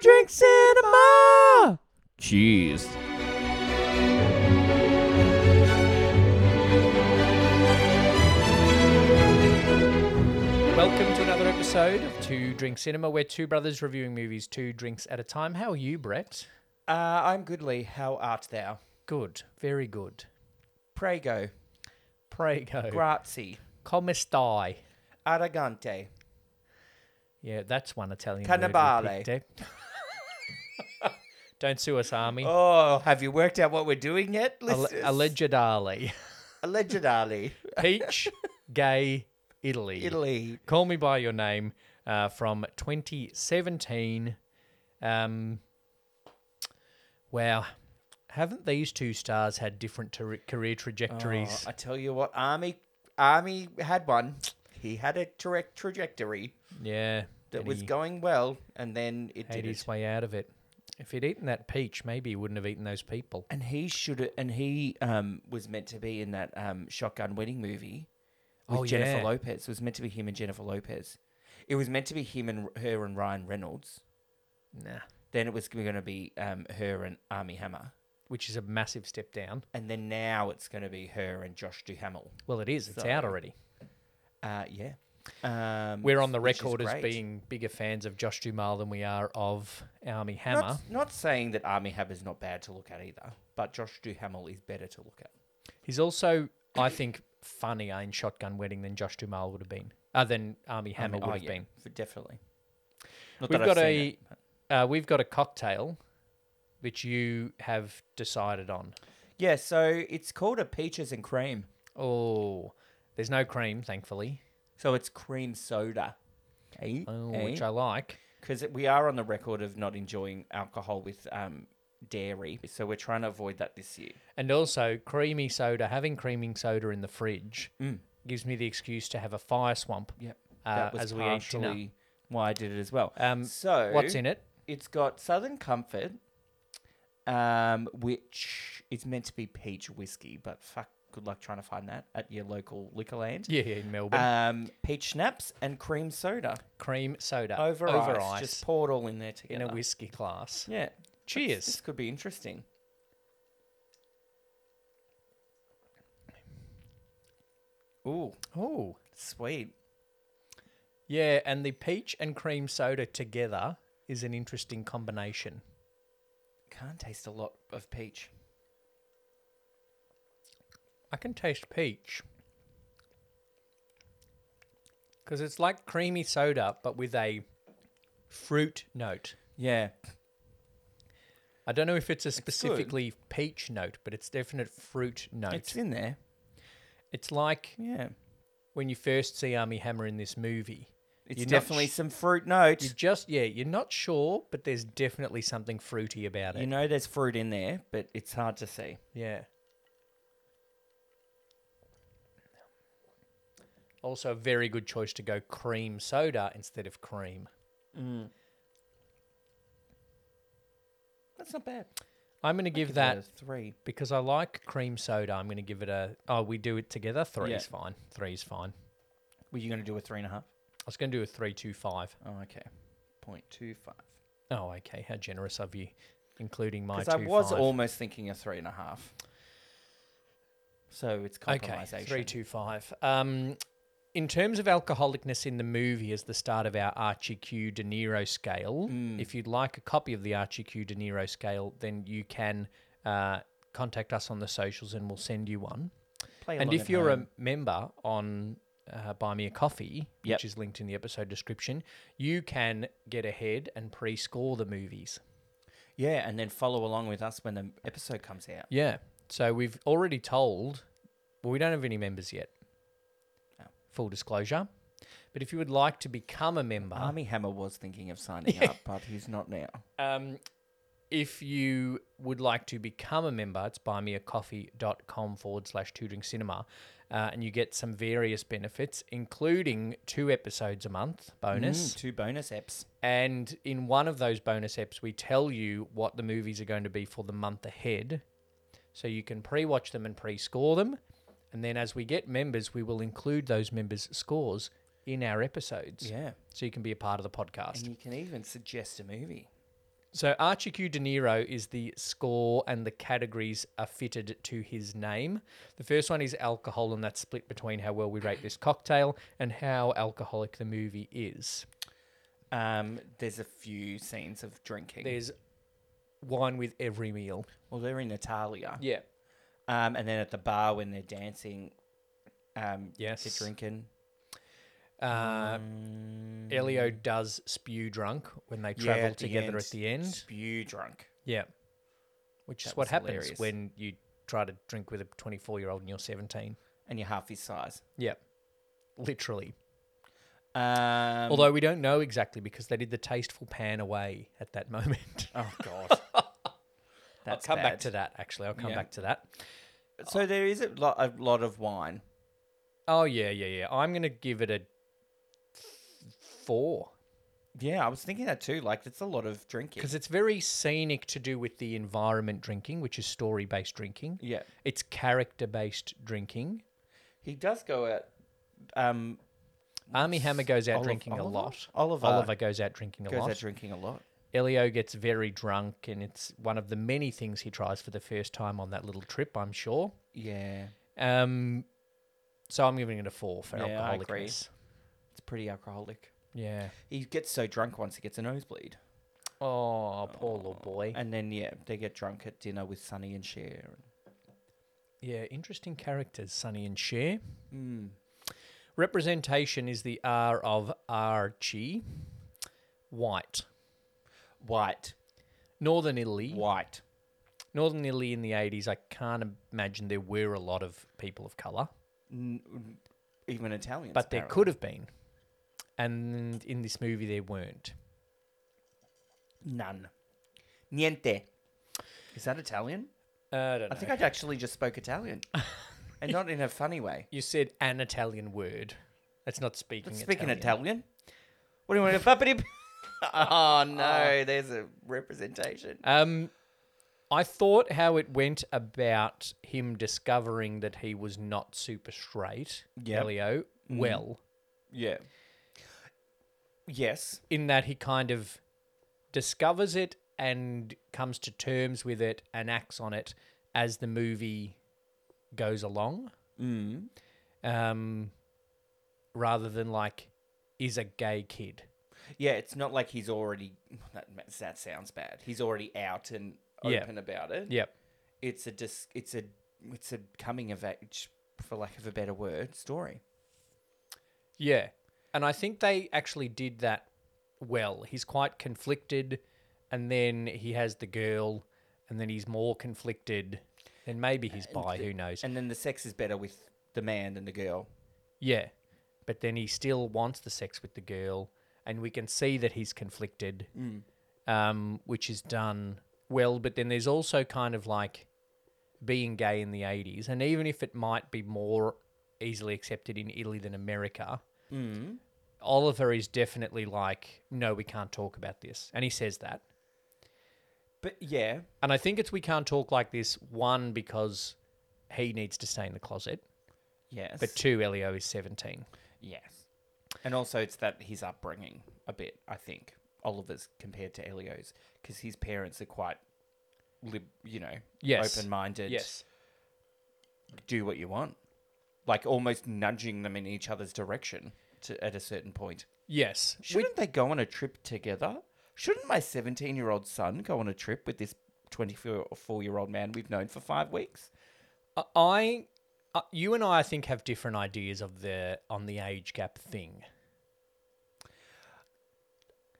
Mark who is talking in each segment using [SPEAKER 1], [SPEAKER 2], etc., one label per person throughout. [SPEAKER 1] Drink Cinema. Cheers.
[SPEAKER 2] Welcome to another episode of Two Drink Cinema, where two brothers reviewing movies two drinks at a time. How are you, Brett?
[SPEAKER 3] Uh, I'm goodly. How art thou?
[SPEAKER 2] Good, very good.
[SPEAKER 3] Prego,
[SPEAKER 2] Prego.
[SPEAKER 3] grazie,
[SPEAKER 2] Come stai?
[SPEAKER 3] arrogante.
[SPEAKER 2] Yeah, that's one Italian word
[SPEAKER 3] Cannibale.
[SPEAKER 2] we picked, eh? Don't sue us, army.
[SPEAKER 3] Oh, have you worked out what we're doing yet?
[SPEAKER 2] Al-
[SPEAKER 3] listeners?
[SPEAKER 2] allegedly.
[SPEAKER 3] Allegedly.
[SPEAKER 2] Peach, gay, Italy.
[SPEAKER 3] Italy.
[SPEAKER 2] Call Me By Your Name uh, from 2017. Um, wow. Haven't these two stars had different ter- career trajectories?
[SPEAKER 3] Oh, I tell you what, Army Army had one. He had a tra- trajectory
[SPEAKER 2] yeah.
[SPEAKER 3] that
[SPEAKER 2] and
[SPEAKER 3] was
[SPEAKER 2] he
[SPEAKER 3] going well, and then it
[SPEAKER 2] Ate
[SPEAKER 3] did
[SPEAKER 2] his
[SPEAKER 3] it.
[SPEAKER 2] way out of it. If he'd eaten that peach, maybe he wouldn't have eaten those people.
[SPEAKER 3] And he should. And he um, was meant to be in that um, Shotgun Wedding movie with
[SPEAKER 2] Oh,
[SPEAKER 3] Jennifer
[SPEAKER 2] yeah.
[SPEAKER 3] Lopez. It was meant to be him and Jennifer Lopez. It was meant to be him and her and Ryan Reynolds.
[SPEAKER 2] Nah.
[SPEAKER 3] Then it was going to be um, her and Army Hammer.
[SPEAKER 2] Which is a massive step down.
[SPEAKER 3] And then now it's going to be her and Josh Duhamel.
[SPEAKER 2] Well, it is. It's
[SPEAKER 3] So-
[SPEAKER 2] out already.
[SPEAKER 3] Uh, yeah. Um,
[SPEAKER 2] We're on the
[SPEAKER 3] which is
[SPEAKER 2] record as
[SPEAKER 3] great.
[SPEAKER 2] being bigger fans of Josh Duhamel than we are of Army Hammer.
[SPEAKER 3] Not, not saying that Army Hammer's not bad to look at either, but Josh Duhamel is better to look at.
[SPEAKER 2] He's also, I think, funnier in Shotgun Wedding than Josh Duhamel would have been, uh, than Army
[SPEAKER 3] I
[SPEAKER 2] Hammer
[SPEAKER 3] mean,
[SPEAKER 2] would
[SPEAKER 3] oh,
[SPEAKER 2] have
[SPEAKER 3] yeah,
[SPEAKER 2] been.
[SPEAKER 3] for- definitely. Not
[SPEAKER 2] We've
[SPEAKER 3] that I've
[SPEAKER 2] got
[SPEAKER 3] seen
[SPEAKER 2] a-
[SPEAKER 3] it, but-
[SPEAKER 2] Uh, we've got a cocktail which you have decided on.
[SPEAKER 3] yeah, so it's called a peaches and cream.
[SPEAKER 2] Oh, there's no cream, thankfully,
[SPEAKER 3] So it's cream soda.
[SPEAKER 2] oh,
[SPEAKER 3] Eh?
[SPEAKER 2] which I like.
[SPEAKER 3] Because we are on the record of not enjoying alcohol with um, dairy, so we're trying to avoid that this year.
[SPEAKER 2] And also, creamy soda, having creaming soda in the fridge gives me the excuse to have a fire swamp
[SPEAKER 3] Mm. Yep.
[SPEAKER 2] uh,
[SPEAKER 3] that was
[SPEAKER 2] as we eat
[SPEAKER 3] partially
[SPEAKER 2] dinner.
[SPEAKER 3] why I did it as well.
[SPEAKER 2] Um,
[SPEAKER 3] so
[SPEAKER 2] What's in it?
[SPEAKER 3] It's got Southern Comfort, um, which is meant to be peach whiskey, but fuck, good luck trying to find that at your local liquor land.
[SPEAKER 2] Yeah, in Melbourne.
[SPEAKER 3] Um, peach schnapps and cream soda
[SPEAKER 2] cream soda
[SPEAKER 3] over,
[SPEAKER 2] over
[SPEAKER 3] ice. Just pour it all in there
[SPEAKER 2] in
[SPEAKER 3] together.
[SPEAKER 2] a whiskey glass.
[SPEAKER 3] Yeah. That's-
[SPEAKER 2] Cheers.
[SPEAKER 3] This could be interesting. Ooh,
[SPEAKER 2] Oh,
[SPEAKER 3] sweet.
[SPEAKER 2] Yeah, and the peach and cream soda together is an interesting combination.
[SPEAKER 3] Can't taste a lot of peach.
[SPEAKER 2] I can taste peach. Because it's like creamy soda, but with a fruit note.
[SPEAKER 3] Yeah.
[SPEAKER 2] I don't know if it's a specifically peach note, but it's definite fruit note.
[SPEAKER 3] It's
[SPEAKER 2] It's,
[SPEAKER 3] in there.
[SPEAKER 2] like
[SPEAKER 3] Yeah.
[SPEAKER 2] when you first see Army Hammer in this movie.
[SPEAKER 3] It's
[SPEAKER 2] You're not
[SPEAKER 3] definitely
[SPEAKER 2] sh-
[SPEAKER 3] some fruit
[SPEAKER 2] You
[SPEAKER 3] notes.
[SPEAKER 2] just, yeah, you're not sure, but there's definitely something fruity about it.
[SPEAKER 3] You know there's fruit in there, but it's hard to see.
[SPEAKER 2] Yeah. Also, a very good choice to go cream soda instead of cream.
[SPEAKER 3] Mm. That's not bad.
[SPEAKER 2] I'm going to give that
[SPEAKER 3] three.
[SPEAKER 2] because I like cream soda. I'm going to give it a. Oh, we do it together. Three
[SPEAKER 3] Yeah.
[SPEAKER 2] is fine. Three is fine.
[SPEAKER 3] Were you going to do a three and a half?
[SPEAKER 2] I was going to do a three, two, five.
[SPEAKER 3] Oh, okay. Point two five.
[SPEAKER 2] Oh, okay. How generous of you, including my
[SPEAKER 3] Because
[SPEAKER 2] two.
[SPEAKER 3] I was
[SPEAKER 2] five.
[SPEAKER 3] almost thinking a three and a half. So it's
[SPEAKER 2] okay.
[SPEAKER 3] compromisation.
[SPEAKER 2] Three, two, five. Um, in terms of alcoholicness in the movie, as the start of our Archie Q De Niro scale,
[SPEAKER 3] Mm.
[SPEAKER 2] if you'd like a copy of the Archie Q De Niro scale, then you can uh, contact us on the socials and we'll send you one.
[SPEAKER 3] Play
[SPEAKER 2] and
[SPEAKER 3] along
[SPEAKER 2] if
[SPEAKER 3] at
[SPEAKER 2] you're
[SPEAKER 3] home.
[SPEAKER 2] a member on uh, Buy Me a Coffee,
[SPEAKER 3] Yep.
[SPEAKER 2] which is linked in the episode description, you can get ahead and pre score the movies.
[SPEAKER 3] yeah, and then follow along with us when the episode comes out.
[SPEAKER 2] Yeah. So we've already told, well, we don't have any members yet.
[SPEAKER 3] No.
[SPEAKER 2] Full disclosure. But if you would like to become a member,
[SPEAKER 3] Army Hammer was thinking of signing up, but he's not now.
[SPEAKER 2] um, if you would like to become a member, it's buymeacoffee.com forward slash tutoring cinema. Uh, and you get some various benefits, including two episodes a month bonus.
[SPEAKER 3] Mm, two bonus apps.
[SPEAKER 2] And in one of those bonus apps, we tell you what the movies are going to be for the month ahead. So you can pre watch them and pre score them. And then as we get members, we will include those members' scores in our episodes.
[SPEAKER 3] Yeah.
[SPEAKER 2] So you can be a part of the
[SPEAKER 3] And
[SPEAKER 2] podcast.
[SPEAKER 3] you can even suggest a movie.
[SPEAKER 2] So Archie Q De Niro is the score and the categories are fitted to his name. The first one is alcohol, and that's split between how well we rate this cocktail and how alcoholic the movie is.
[SPEAKER 3] Um, there's a few scenes of drinking.
[SPEAKER 2] There's wine with every meal.
[SPEAKER 3] well, they're in Natalia.
[SPEAKER 2] Yeah.
[SPEAKER 3] Um, and then at the bar when they're dancing, um, they're
[SPEAKER 2] Yes.
[SPEAKER 3] drinking.
[SPEAKER 2] Uh,
[SPEAKER 3] Mm,
[SPEAKER 2] Elio does spew drunk when they
[SPEAKER 3] Yeah,
[SPEAKER 2] travel
[SPEAKER 3] at the
[SPEAKER 2] together
[SPEAKER 3] end.
[SPEAKER 2] at the end.
[SPEAKER 3] spew drunk.
[SPEAKER 2] Yeah. Which is
[SPEAKER 3] That
[SPEAKER 2] what
[SPEAKER 3] was
[SPEAKER 2] happens
[SPEAKER 3] hilarious.
[SPEAKER 2] when you try to drink with a 24 year old and you're 17.
[SPEAKER 3] And you're half his size.
[SPEAKER 2] Yeah. Literally.
[SPEAKER 3] Um,
[SPEAKER 2] Although we don't know exactly because they did the tasteful pan away at that moment.
[SPEAKER 3] oh god,
[SPEAKER 2] I'll
[SPEAKER 3] That's
[SPEAKER 2] come back
[SPEAKER 3] bad.
[SPEAKER 2] to that, actually. I'll come
[SPEAKER 3] Yeah.
[SPEAKER 2] back to that.
[SPEAKER 3] So there is a lot, a lot of wine.
[SPEAKER 2] Oh, yeah, yeah, yeah. I'm going to give it a four
[SPEAKER 3] Yeah, I was thinking that too. Like, it's a lot of drinking.
[SPEAKER 2] because it's very scenic to do with the environment drinking, which is story based drinking.
[SPEAKER 3] Yeah,
[SPEAKER 2] It's character based drinking.
[SPEAKER 3] he does go out. Um,
[SPEAKER 2] Army Hammer goes out
[SPEAKER 3] Olive-
[SPEAKER 2] drinking a
[SPEAKER 3] Oliver?
[SPEAKER 2] lot.
[SPEAKER 3] Oliver
[SPEAKER 2] Oliver goes out drinking a
[SPEAKER 3] goes
[SPEAKER 2] lot.
[SPEAKER 3] out drinking a lot.
[SPEAKER 2] Elio gets very drunk, and it's one of the many things he tries for the first time on that little trip, I'm sure.
[SPEAKER 3] Yeah,
[SPEAKER 2] Um, so I'm giving it a four for
[SPEAKER 3] Yeah, I
[SPEAKER 2] alcoholicness.
[SPEAKER 3] agree. it's pretty alcoholic.
[SPEAKER 2] Yeah.
[SPEAKER 3] He gets so drunk once he gets a nosebleed,
[SPEAKER 2] Oh, poor little boy.
[SPEAKER 3] and then yeah, they get drunk at dinner with Sonny and Cher.
[SPEAKER 2] Yeah, interesting characters, Sonny and Cher.
[SPEAKER 3] Mm.
[SPEAKER 2] Representation is the R of Archie. White.
[SPEAKER 3] White,
[SPEAKER 2] Northern Italy.
[SPEAKER 3] white.
[SPEAKER 2] Northern Italy in the 80s, I can't imagine there were a lot of people of colour.
[SPEAKER 3] N- n- even Italians.
[SPEAKER 2] but there could have been. And in this movie, there weren't.
[SPEAKER 3] none. Niente. Is that Italian?
[SPEAKER 2] I don't
[SPEAKER 3] I
[SPEAKER 2] know.
[SPEAKER 3] think I actually just spoke Italian, and not in a funny way.
[SPEAKER 2] you said an Italian word. That's not speaking
[SPEAKER 3] But
[SPEAKER 2] Italian.
[SPEAKER 3] speaking Italian, what do you want to puppety? oh no, there's a representation.
[SPEAKER 2] Um, I thought how it went about him discovering that he was not super straight,
[SPEAKER 3] Yep.
[SPEAKER 2] Elio, well,
[SPEAKER 3] Yeah. Yes.
[SPEAKER 2] in that he kind of discovers it and comes to terms with it and acts on it as the movie goes along.
[SPEAKER 3] Mm.
[SPEAKER 2] um, rather than like is a gay kid.
[SPEAKER 3] Yeah, it's not like he's already. That, that sounds bad. He's already out and
[SPEAKER 2] Yeah.
[SPEAKER 3] open about it.
[SPEAKER 2] Yep.
[SPEAKER 3] It's a dis, It's a. It's a coming of age, for lack of a better word, story.
[SPEAKER 2] Yeah. And I think they actually did that well. He's quite conflicted, and then he has the girl, and then he's more conflicted, and maybe he's bi. who knows?
[SPEAKER 3] And then the sex is better with the man than the girl.
[SPEAKER 2] yeah. But then he still wants the sex with the girl, and we can see that he's conflicted,
[SPEAKER 3] Mm.
[SPEAKER 2] um, which is done well. But then there's also kind of like being gay in the 80s, and even if it might be more easily accepted in Italy than America, Mm. Oliver is definitely like, no, we can't talk about this. And he says that.
[SPEAKER 3] But yeah,
[SPEAKER 2] And I think it's we can't talk like this, one, because he needs to stay in the closet,
[SPEAKER 3] yes.
[SPEAKER 2] but two, Elio is 17.
[SPEAKER 3] yes, and also it's that his upbringing a bit. I think Oliver's compared to Elio's because his parents are quite, lib, you know,
[SPEAKER 2] Yes.
[SPEAKER 3] open-minded. do what you want, like almost nudging them in each other's direction to, at a certain point.
[SPEAKER 2] Yes. Which-
[SPEAKER 3] Shouldn't they go on a trip together? Shouldn't my seventeen-year-old son go on a trip with this twenty-four-year-old man we've known for five weeks?
[SPEAKER 2] I, uh, you and I, I think have different ideas of the on the age gap thing.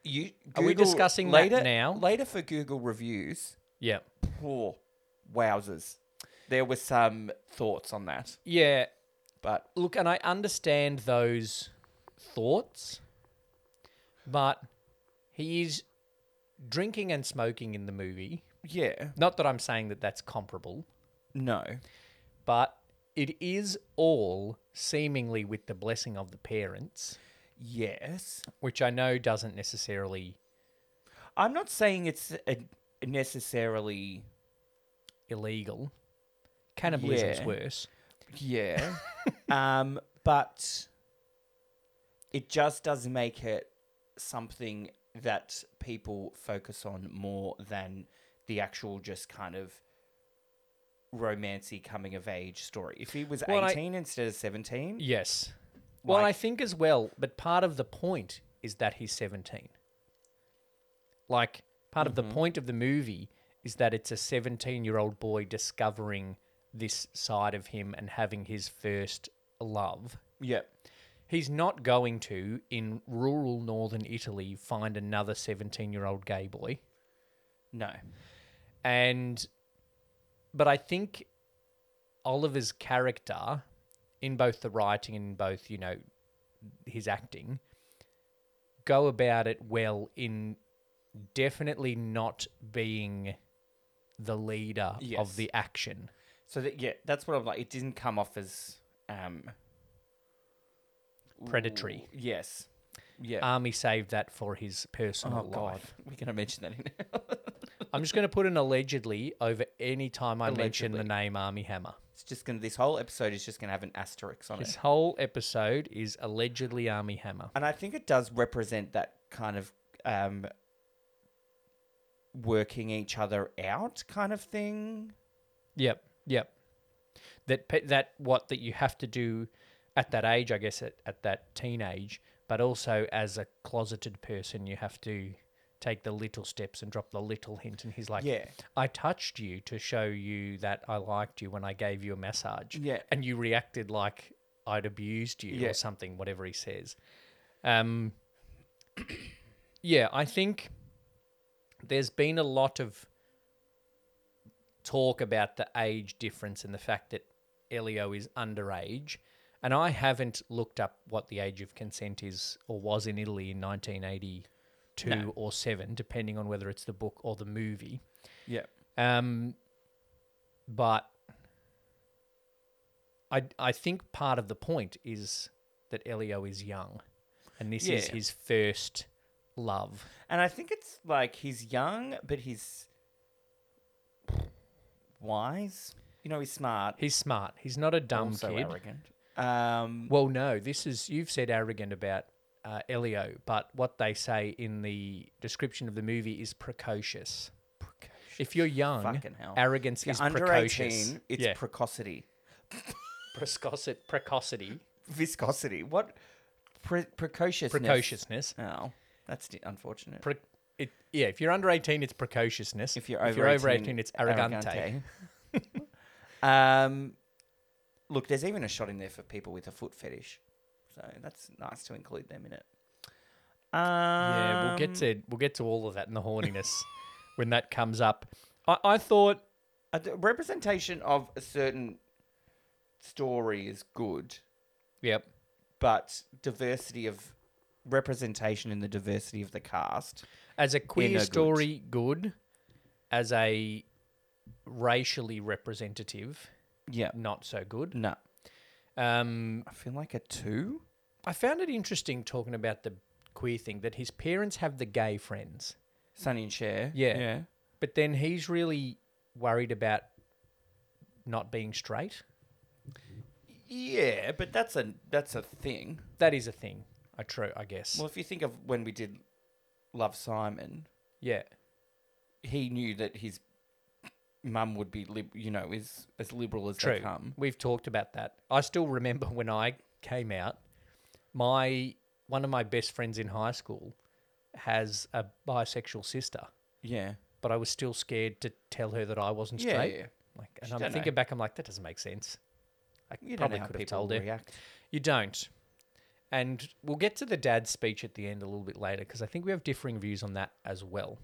[SPEAKER 3] You
[SPEAKER 2] Are we discussing that
[SPEAKER 3] later
[SPEAKER 2] now?
[SPEAKER 3] Later for Google reviews.
[SPEAKER 2] Yeah,
[SPEAKER 3] Poor wowzers. There were some thoughts on that,
[SPEAKER 2] yeah.
[SPEAKER 3] but
[SPEAKER 2] Look, and I understand those thoughts, but he is drinking and smoking in the movie.
[SPEAKER 3] yeah,
[SPEAKER 2] Not that I'm saying that that's comparable,
[SPEAKER 3] no,
[SPEAKER 2] but it is all seemingly with the blessing of the parents,
[SPEAKER 3] yes.
[SPEAKER 2] which I know doesn't necessarily
[SPEAKER 3] I'm not saying it's uh necessarily
[SPEAKER 2] illegal. Cannibalism's
[SPEAKER 3] Yeah.
[SPEAKER 2] worse.
[SPEAKER 3] yeah, um, but it just does make it something that people focus on more than the actual just kind of romancy coming of age story. If he was
[SPEAKER 2] Well, I-
[SPEAKER 3] 18 instead of 17,
[SPEAKER 2] Yes. Well, I
[SPEAKER 3] Like-
[SPEAKER 2] think as well, but part of the point is that he's 17. Like, part of
[SPEAKER 3] Mm-hmm.
[SPEAKER 2] the point of the movie is that it's a 17 year old boy discovering this side of him and having his first love.
[SPEAKER 3] yeah.
[SPEAKER 2] He's not going to, in rural northern Italy, find another 17 year old gay boy.
[SPEAKER 3] No.
[SPEAKER 2] And, but I think Oliver's character, in both the writing and in both, you know, his acting, go about it well in definitely not being the leader
[SPEAKER 3] Yes.
[SPEAKER 2] of the action.
[SPEAKER 3] So that yeah, that's what I'm like. It didn't come off as um
[SPEAKER 2] Predatory.
[SPEAKER 3] ooh, yes. Yeah.
[SPEAKER 2] Army saved that for his
[SPEAKER 3] oh
[SPEAKER 2] personal
[SPEAKER 3] god.
[SPEAKER 2] life.
[SPEAKER 3] We're gonna mention that in
[SPEAKER 2] I'm just going to put an allegedly over any time I mention the
[SPEAKER 3] Allegedly.
[SPEAKER 2] name Army Hammer.
[SPEAKER 3] It's just gonna this whole episode is just gonna have an asterisk on
[SPEAKER 2] This
[SPEAKER 3] it.
[SPEAKER 2] whole episode is allegedly Army Hammer.
[SPEAKER 3] And I think it does represent that kind of um working each other out kind of thing.
[SPEAKER 2] Yep, yep. That pe- that what that you have to do at that age, I guess, at, at that teenage, but also as a closeted person, you have to take the little steps and drop the little hint. And he's like,
[SPEAKER 3] Yeah.
[SPEAKER 2] I touched you to show you that I liked you when I gave you a massage.
[SPEAKER 3] Yeah.
[SPEAKER 2] And you reacted like I'd abused you
[SPEAKER 3] Yeah.
[SPEAKER 2] or something, whatever he says. Um, yeah, I think there's been a lot of talk about the age difference and the fact that Elio is underage. And I haven't looked up what the age of consent is or was in Italy in 1982
[SPEAKER 3] No.
[SPEAKER 2] or 7, depending on whether it's the book or the movie.
[SPEAKER 3] Yeah.
[SPEAKER 2] Um, but I I think part of the point is that Elio is young, and this is
[SPEAKER 3] Yeah.
[SPEAKER 2] his first love.
[SPEAKER 3] And I think it's like he's young, but he's wise. You know, he's smart.
[SPEAKER 2] He's smart. He's not a dumb
[SPEAKER 3] also
[SPEAKER 2] kid.
[SPEAKER 3] arrogant. Um,
[SPEAKER 2] Well, no, this is you've said arrogant about uh, Elio, but what they say in the description of the movie is precocious. If you're young,
[SPEAKER 3] Fucking hell.
[SPEAKER 2] arrogance
[SPEAKER 3] If you're
[SPEAKER 2] is
[SPEAKER 3] under
[SPEAKER 2] precocious.
[SPEAKER 3] 18, it's
[SPEAKER 2] yeah.
[SPEAKER 3] precocity.
[SPEAKER 2] Precoci- precocity,
[SPEAKER 3] Viscosity. What? Pre- precociousness.
[SPEAKER 2] precociousness.
[SPEAKER 3] Oh, that's di- unfortunate.
[SPEAKER 2] Pre- it, yeah, if you're under 18, it's precociousness.
[SPEAKER 3] if you're over,
[SPEAKER 2] over 18, it's arrogante.
[SPEAKER 3] arrogante. um, look, there's even a shot in there for people with a foot fetish. So that's nice to include them in it. Um,
[SPEAKER 2] yeah, we'll get to we'll get to all of that in the horniness when that comes up. I, I thought
[SPEAKER 3] a d- representation of a certain story is good,
[SPEAKER 2] yep.
[SPEAKER 3] but diversity of representation in the diversity of the cast.
[SPEAKER 2] As a queer
[SPEAKER 3] no
[SPEAKER 2] story, good. As a racially representative,
[SPEAKER 3] Yeah.
[SPEAKER 2] not so good.
[SPEAKER 3] No,
[SPEAKER 2] Um,
[SPEAKER 3] I feel like a two.
[SPEAKER 2] I found it interesting talking about the queer thing that his parents have the gay friends,
[SPEAKER 3] Sunny and Cher.
[SPEAKER 2] Yeah.
[SPEAKER 3] Yeah.
[SPEAKER 2] but then he's really worried about not being straight.
[SPEAKER 3] Yeah, but that's a that's a thing.
[SPEAKER 2] That is a thing. I true, I guess.
[SPEAKER 3] Well, if you think of when we did Love Simon,
[SPEAKER 2] yeah.
[SPEAKER 3] he knew that his mum would be, lib- you know, is as liberal as they
[SPEAKER 2] True.
[SPEAKER 3] come.
[SPEAKER 2] We've talked about that. I still remember when I came out, my one of my best friends in high school has a bisexual sister,
[SPEAKER 3] Yeah.
[SPEAKER 2] but I was still scared to tell her that I wasn't
[SPEAKER 3] Yeah,
[SPEAKER 2] straight.
[SPEAKER 3] yeah.
[SPEAKER 2] Like,
[SPEAKER 3] You
[SPEAKER 2] and I'm
[SPEAKER 3] don't
[SPEAKER 2] thinking
[SPEAKER 3] know.
[SPEAKER 2] back, I'm like, that doesn't make sense. I
[SPEAKER 3] You don't
[SPEAKER 2] probably
[SPEAKER 3] know how
[SPEAKER 2] could have
[SPEAKER 3] people
[SPEAKER 2] told her.
[SPEAKER 3] react.
[SPEAKER 2] You don't. And we'll get to the dad's speech at the end a little bit later because I think we have differing views on that as well.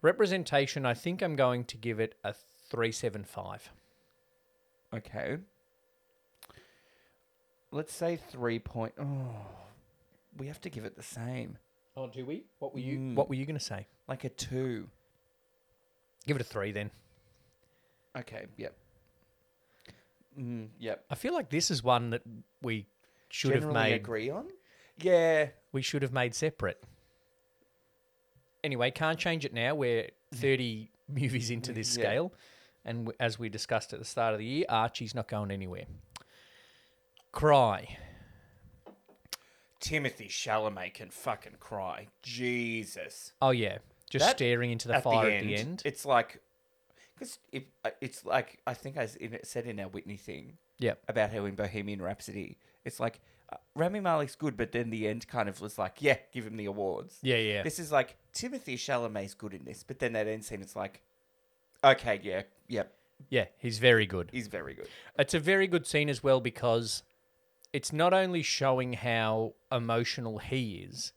[SPEAKER 2] Representation, I think I'm going to give it a 375.
[SPEAKER 3] Okay. Let's say three point. Oh, we have to give it the same,
[SPEAKER 2] Oh, do we? What were you?
[SPEAKER 3] Mm.
[SPEAKER 2] What were you going to say?
[SPEAKER 3] like a two.
[SPEAKER 2] Give it a three then.
[SPEAKER 3] Okay. Yep. Mm, yep.
[SPEAKER 2] I feel like this is one that we should
[SPEAKER 3] Generally
[SPEAKER 2] have made.
[SPEAKER 3] agree on. Yeah.
[SPEAKER 2] We should have made separate. Anyway, can't change it now. We're thirty movies into this
[SPEAKER 3] Yeah.
[SPEAKER 2] scale, and w- as we discussed at the start of the year, Archie's not going anywhere. Cry.
[SPEAKER 3] Timothy Chalamet can fucking cry. Jesus.
[SPEAKER 2] Oh yeah, just
[SPEAKER 3] That-
[SPEAKER 2] staring into the fire at the end.
[SPEAKER 3] It's like, because if uh, it's like I think I s- in- said in our Whitney thing
[SPEAKER 2] Yep.
[SPEAKER 3] about how in Bohemian Rhapsody, it's like uh, Rami Malek's good, but then the end kind of was like, yeah, give him the awards.
[SPEAKER 2] Yeah, yeah.
[SPEAKER 3] This is like Timothy Chalamet's good in this, but then that end scene, it's like, okay, yeah, yeah,
[SPEAKER 2] Yeah, he's very good.
[SPEAKER 3] he's very good.
[SPEAKER 2] It's a very good scene as well because it's not only showing how emotional he is,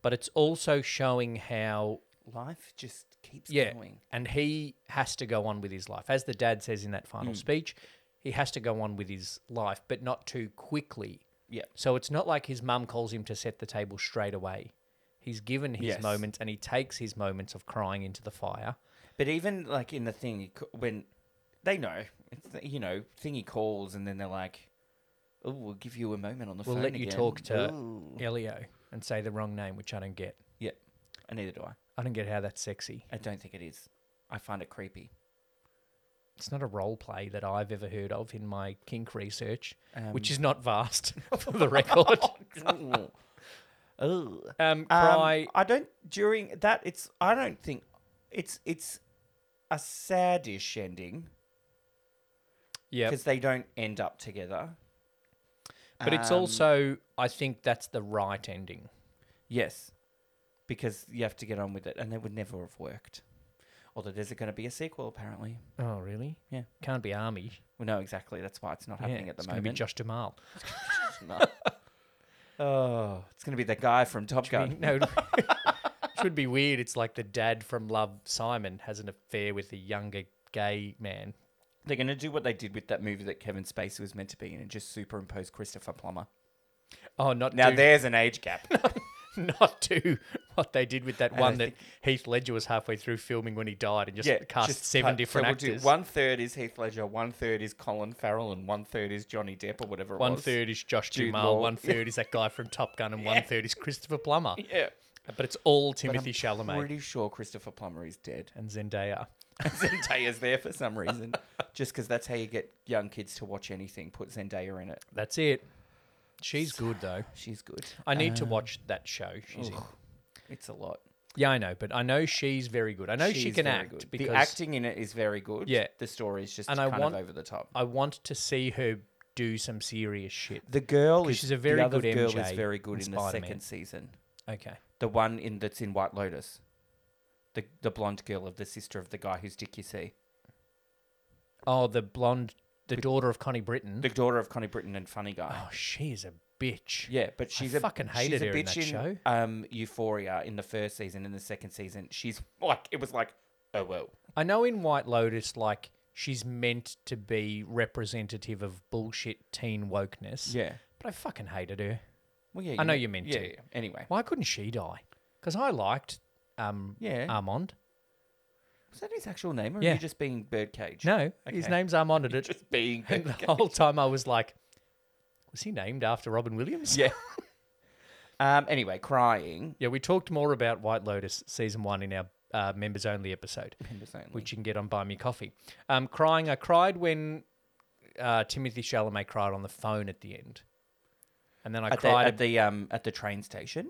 [SPEAKER 2] but it's also showing how
[SPEAKER 3] Life just keeps
[SPEAKER 2] yeah,
[SPEAKER 3] going.
[SPEAKER 2] and he has to go on with his life. As the dad says in that final
[SPEAKER 3] Hmm.
[SPEAKER 2] speech, he has to go on with his life, but not too quickly.
[SPEAKER 3] Yeah.
[SPEAKER 2] So it's not like his mum calls him to set the table straight away. He's given his
[SPEAKER 3] Yes.
[SPEAKER 2] moments and he takes his moments of crying into the fire.
[SPEAKER 3] But even like in the thing he ca- when they know, it's the- you know, thing he calls and then they're like, "Oh, we'll give you a moment on the
[SPEAKER 2] We'll
[SPEAKER 3] phone."
[SPEAKER 2] let you
[SPEAKER 3] again."
[SPEAKER 2] talk to
[SPEAKER 3] Ooh.
[SPEAKER 2] Elio and say the wrong name, which I don't get.
[SPEAKER 3] Yeah, and neither do I.
[SPEAKER 2] I don't get how that's sexy.
[SPEAKER 3] I don't think it is. I find it creepy.
[SPEAKER 2] It's not a role play that I've ever heard of in my kink research, which
[SPEAKER 3] Um,
[SPEAKER 2] is not vast for the record.
[SPEAKER 3] Ooh. Ooh.
[SPEAKER 2] Um,
[SPEAKER 3] Um,
[SPEAKER 2] cry.
[SPEAKER 3] I don't during that. It's I don't think it's it's a saddish ending
[SPEAKER 2] yeah.
[SPEAKER 3] because they don't end up together.
[SPEAKER 2] But it's
[SPEAKER 3] Um,
[SPEAKER 2] also, I think that's the right ending.
[SPEAKER 3] Yes, because you have to get on with it, and that would never have worked. Although there's going to be a sequel, apparently.
[SPEAKER 2] Oh, really?
[SPEAKER 3] Yeah.
[SPEAKER 2] Can't be Army.
[SPEAKER 3] We know exactly. That's why it's not happening
[SPEAKER 2] yeah,
[SPEAKER 3] at the
[SPEAKER 2] it's gonna
[SPEAKER 3] moment.
[SPEAKER 2] be Josh Jamal.
[SPEAKER 3] No. Oh, it's going to be the guy from Top
[SPEAKER 2] I
[SPEAKER 3] Gun.
[SPEAKER 2] mean, no, it would be weird. It's like the dad from Love Simon has an affair with a younger gay man.
[SPEAKER 3] They're going to do what they did with that movie that Kevin Spacey was meant to be in, and just superimpose Christopher Plummer.
[SPEAKER 2] Oh, not
[SPEAKER 3] Now
[SPEAKER 2] do,
[SPEAKER 3] there's an age gap.
[SPEAKER 2] not do what they did with that
[SPEAKER 3] don't
[SPEAKER 2] one that Heath Ledger was halfway through filming when he died and just cast seven
[SPEAKER 3] cut-
[SPEAKER 2] different
[SPEAKER 3] so we'll do
[SPEAKER 2] actors.
[SPEAKER 3] One third is Heath Ledger, one third is Colin Farrell, and one third is Johnny Depp or whatever. It
[SPEAKER 2] one
[SPEAKER 3] was.
[SPEAKER 2] third is Josh
[SPEAKER 3] Jude
[SPEAKER 2] Jamal,
[SPEAKER 3] Law.
[SPEAKER 2] one third is that guy from Top Gun, and one third is Christopher Plummer.
[SPEAKER 3] Yeah.
[SPEAKER 2] But it's all
[SPEAKER 3] But I'm
[SPEAKER 2] Timothy Chalamet
[SPEAKER 3] Pretty sure Christopher Plummer is dead.
[SPEAKER 2] and Zendaya.
[SPEAKER 3] Zendaya's there for some reason. Just because that's how you get young kids to watch anything. Put Zendaya in it.
[SPEAKER 2] That's it. She's good though.
[SPEAKER 3] She's good.
[SPEAKER 2] I need
[SPEAKER 3] Um,
[SPEAKER 2] to watch that show. She's in.
[SPEAKER 3] It's a lot.
[SPEAKER 2] Yeah, I know, but I know she's very good. I know she
[SPEAKER 3] She's
[SPEAKER 2] can
[SPEAKER 3] very
[SPEAKER 2] act
[SPEAKER 3] good.
[SPEAKER 2] because
[SPEAKER 3] the acting in it is very good.
[SPEAKER 2] Yeah.
[SPEAKER 3] The story is just
[SPEAKER 2] And I
[SPEAKER 3] kind
[SPEAKER 2] want-
[SPEAKER 3] of over the top.
[SPEAKER 2] I want to see her do some serious shit.
[SPEAKER 3] The girl
[SPEAKER 2] 'Cause
[SPEAKER 3] is
[SPEAKER 2] she's a very
[SPEAKER 3] the other
[SPEAKER 2] good
[SPEAKER 3] girl is
[SPEAKER 2] MJ
[SPEAKER 3] very good
[SPEAKER 2] in
[SPEAKER 3] in, the
[SPEAKER 2] Spider-Man.
[SPEAKER 3] second season.
[SPEAKER 2] Okay.
[SPEAKER 3] The one in that's in White Lotus. The the blonde girl of the sister of the guy whose dick you see.
[SPEAKER 2] Oh, the blonde, the daughter of Connie Britton.
[SPEAKER 3] The daughter of Connie Britton and Funny Guy.
[SPEAKER 2] oh, she is a bitch.
[SPEAKER 3] Yeah, but she's a
[SPEAKER 2] fucking hated
[SPEAKER 3] she's a
[SPEAKER 2] her in
[SPEAKER 3] bitch
[SPEAKER 2] that show.
[SPEAKER 3] Um, Euphoria in the first season, in the second season, she's like it was like, oh well,
[SPEAKER 2] I know in White Lotus, like she's meant to be representative of bullshit teen wokeness.
[SPEAKER 3] yeah,
[SPEAKER 2] But I fucking hated her.
[SPEAKER 3] well yeah.
[SPEAKER 2] I know you meant
[SPEAKER 3] yeah,
[SPEAKER 2] to.
[SPEAKER 3] yeah. Anyway,
[SPEAKER 2] Why couldn't she die? Because I liked um,
[SPEAKER 3] Yeah.
[SPEAKER 2] Armand.
[SPEAKER 3] was that his actual name, or
[SPEAKER 2] Yeah.
[SPEAKER 3] are you just being Birdcage?
[SPEAKER 2] No, his
[SPEAKER 3] Okay.
[SPEAKER 2] name's Armand. and it-
[SPEAKER 3] just being.
[SPEAKER 2] And the
[SPEAKER 3] Birdcage.
[SPEAKER 2] whole time I was like, was he named after Robin Williams?
[SPEAKER 3] yeah. um. Anyway, crying.
[SPEAKER 2] Yeah, we talked more about White Lotus season one in our uh, members only episode,
[SPEAKER 3] Which
[SPEAKER 2] which you can get on Buy Me Coffee. Um, crying, I cried when uh, Timothy Chalamet cried on the phone at the end. And then I
[SPEAKER 3] at the,
[SPEAKER 2] cried.
[SPEAKER 3] at the um at the train station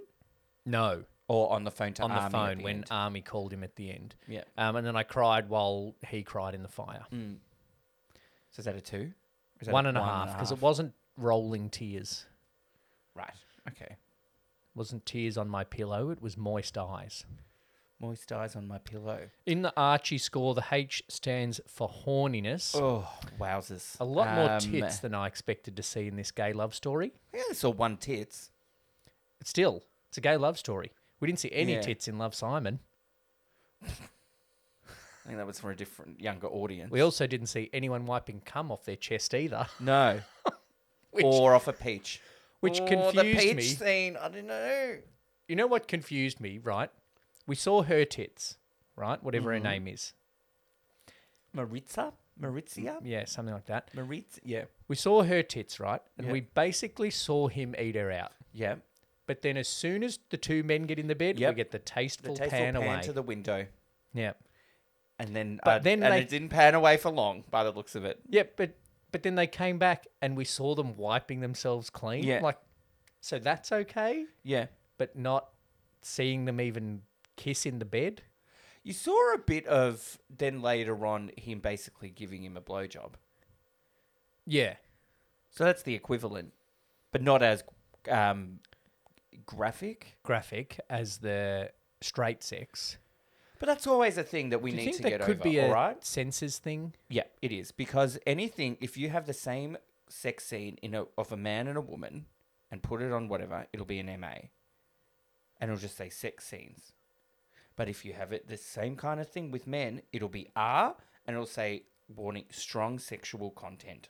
[SPEAKER 2] no,
[SPEAKER 3] or on the phone to
[SPEAKER 2] on the
[SPEAKER 3] Army at
[SPEAKER 2] phone when
[SPEAKER 3] end?
[SPEAKER 2] Army called him at the end.
[SPEAKER 3] yeah. Hmm.
[SPEAKER 2] Um, and then I cried while he cried in the fire.
[SPEAKER 3] So is that a two? Is that
[SPEAKER 2] One and a half, because it wasn't rolling tears.
[SPEAKER 3] right. Okay.
[SPEAKER 2] It wasn't tears on my pillow, it was moist eyes.
[SPEAKER 3] Moist eyes on my pillow.
[SPEAKER 2] In the Archie score, the H stands for horniness.
[SPEAKER 3] Oh, wowzers!
[SPEAKER 2] A lot more
[SPEAKER 3] Um,
[SPEAKER 2] tits than I expected to see in this gay love story.
[SPEAKER 3] I only saw one tits.
[SPEAKER 2] But still, it's a gay love story. We didn't see any
[SPEAKER 3] Yeah.
[SPEAKER 2] tits in Love Simon.
[SPEAKER 3] I think that was for a different younger audience.
[SPEAKER 2] We also didn't see anyone wiping cum off their chest either,
[SPEAKER 3] no,
[SPEAKER 2] which,
[SPEAKER 3] or off a peach.
[SPEAKER 2] which
[SPEAKER 3] Or
[SPEAKER 2] confused
[SPEAKER 3] the peach
[SPEAKER 2] me.
[SPEAKER 3] scene. I don't know.
[SPEAKER 2] You know what confused me, right? We saw her tits, right? Whatever
[SPEAKER 3] Mm-hmm.
[SPEAKER 2] her name is.
[SPEAKER 3] Maritza, Maritzia,
[SPEAKER 2] Yeah, something like that.
[SPEAKER 3] Maritz. Yeah,
[SPEAKER 2] We saw her tits, right? And
[SPEAKER 3] Yeah.
[SPEAKER 2] we basically saw him eat her out.
[SPEAKER 3] yeah.
[SPEAKER 2] But then as soon as the two men get in the bed,
[SPEAKER 3] Yep.
[SPEAKER 2] we get the
[SPEAKER 3] The
[SPEAKER 2] tasteful,
[SPEAKER 3] tasteful
[SPEAKER 2] pan,
[SPEAKER 3] pan,
[SPEAKER 2] away.
[SPEAKER 3] to the window,
[SPEAKER 2] yeah.
[SPEAKER 3] and then
[SPEAKER 2] But
[SPEAKER 3] uh,
[SPEAKER 2] then
[SPEAKER 3] and
[SPEAKER 2] they-
[SPEAKER 3] it didn't pan away for long, by the looks of it.
[SPEAKER 2] Yeah, but but then they came back and we saw them wiping themselves clean.
[SPEAKER 3] Yeah.
[SPEAKER 2] Like So that's okay,
[SPEAKER 3] Yeah.
[SPEAKER 2] but not seeing them even kiss in the bed.
[SPEAKER 3] You saw a bit of then later on him basically giving him a blowjob.
[SPEAKER 2] Yeah.
[SPEAKER 3] So that's the equivalent, but not as um, graphic.
[SPEAKER 2] Graphic as the straight sex.
[SPEAKER 3] But that's always a thing that we
[SPEAKER 2] Do you
[SPEAKER 3] need
[SPEAKER 2] think
[SPEAKER 3] to
[SPEAKER 2] that
[SPEAKER 3] get
[SPEAKER 2] could
[SPEAKER 3] over.
[SPEAKER 2] be a
[SPEAKER 3] all right?
[SPEAKER 2] censors thing?
[SPEAKER 3] Yeah, it is because anything if you have the same sex scene in a, of a man and a woman and put it on whatever, it'll be an MA, and it'll just say sex scenes. But if you have it the same kind of thing with men, it'll be R and it'll say warning strong sexual content.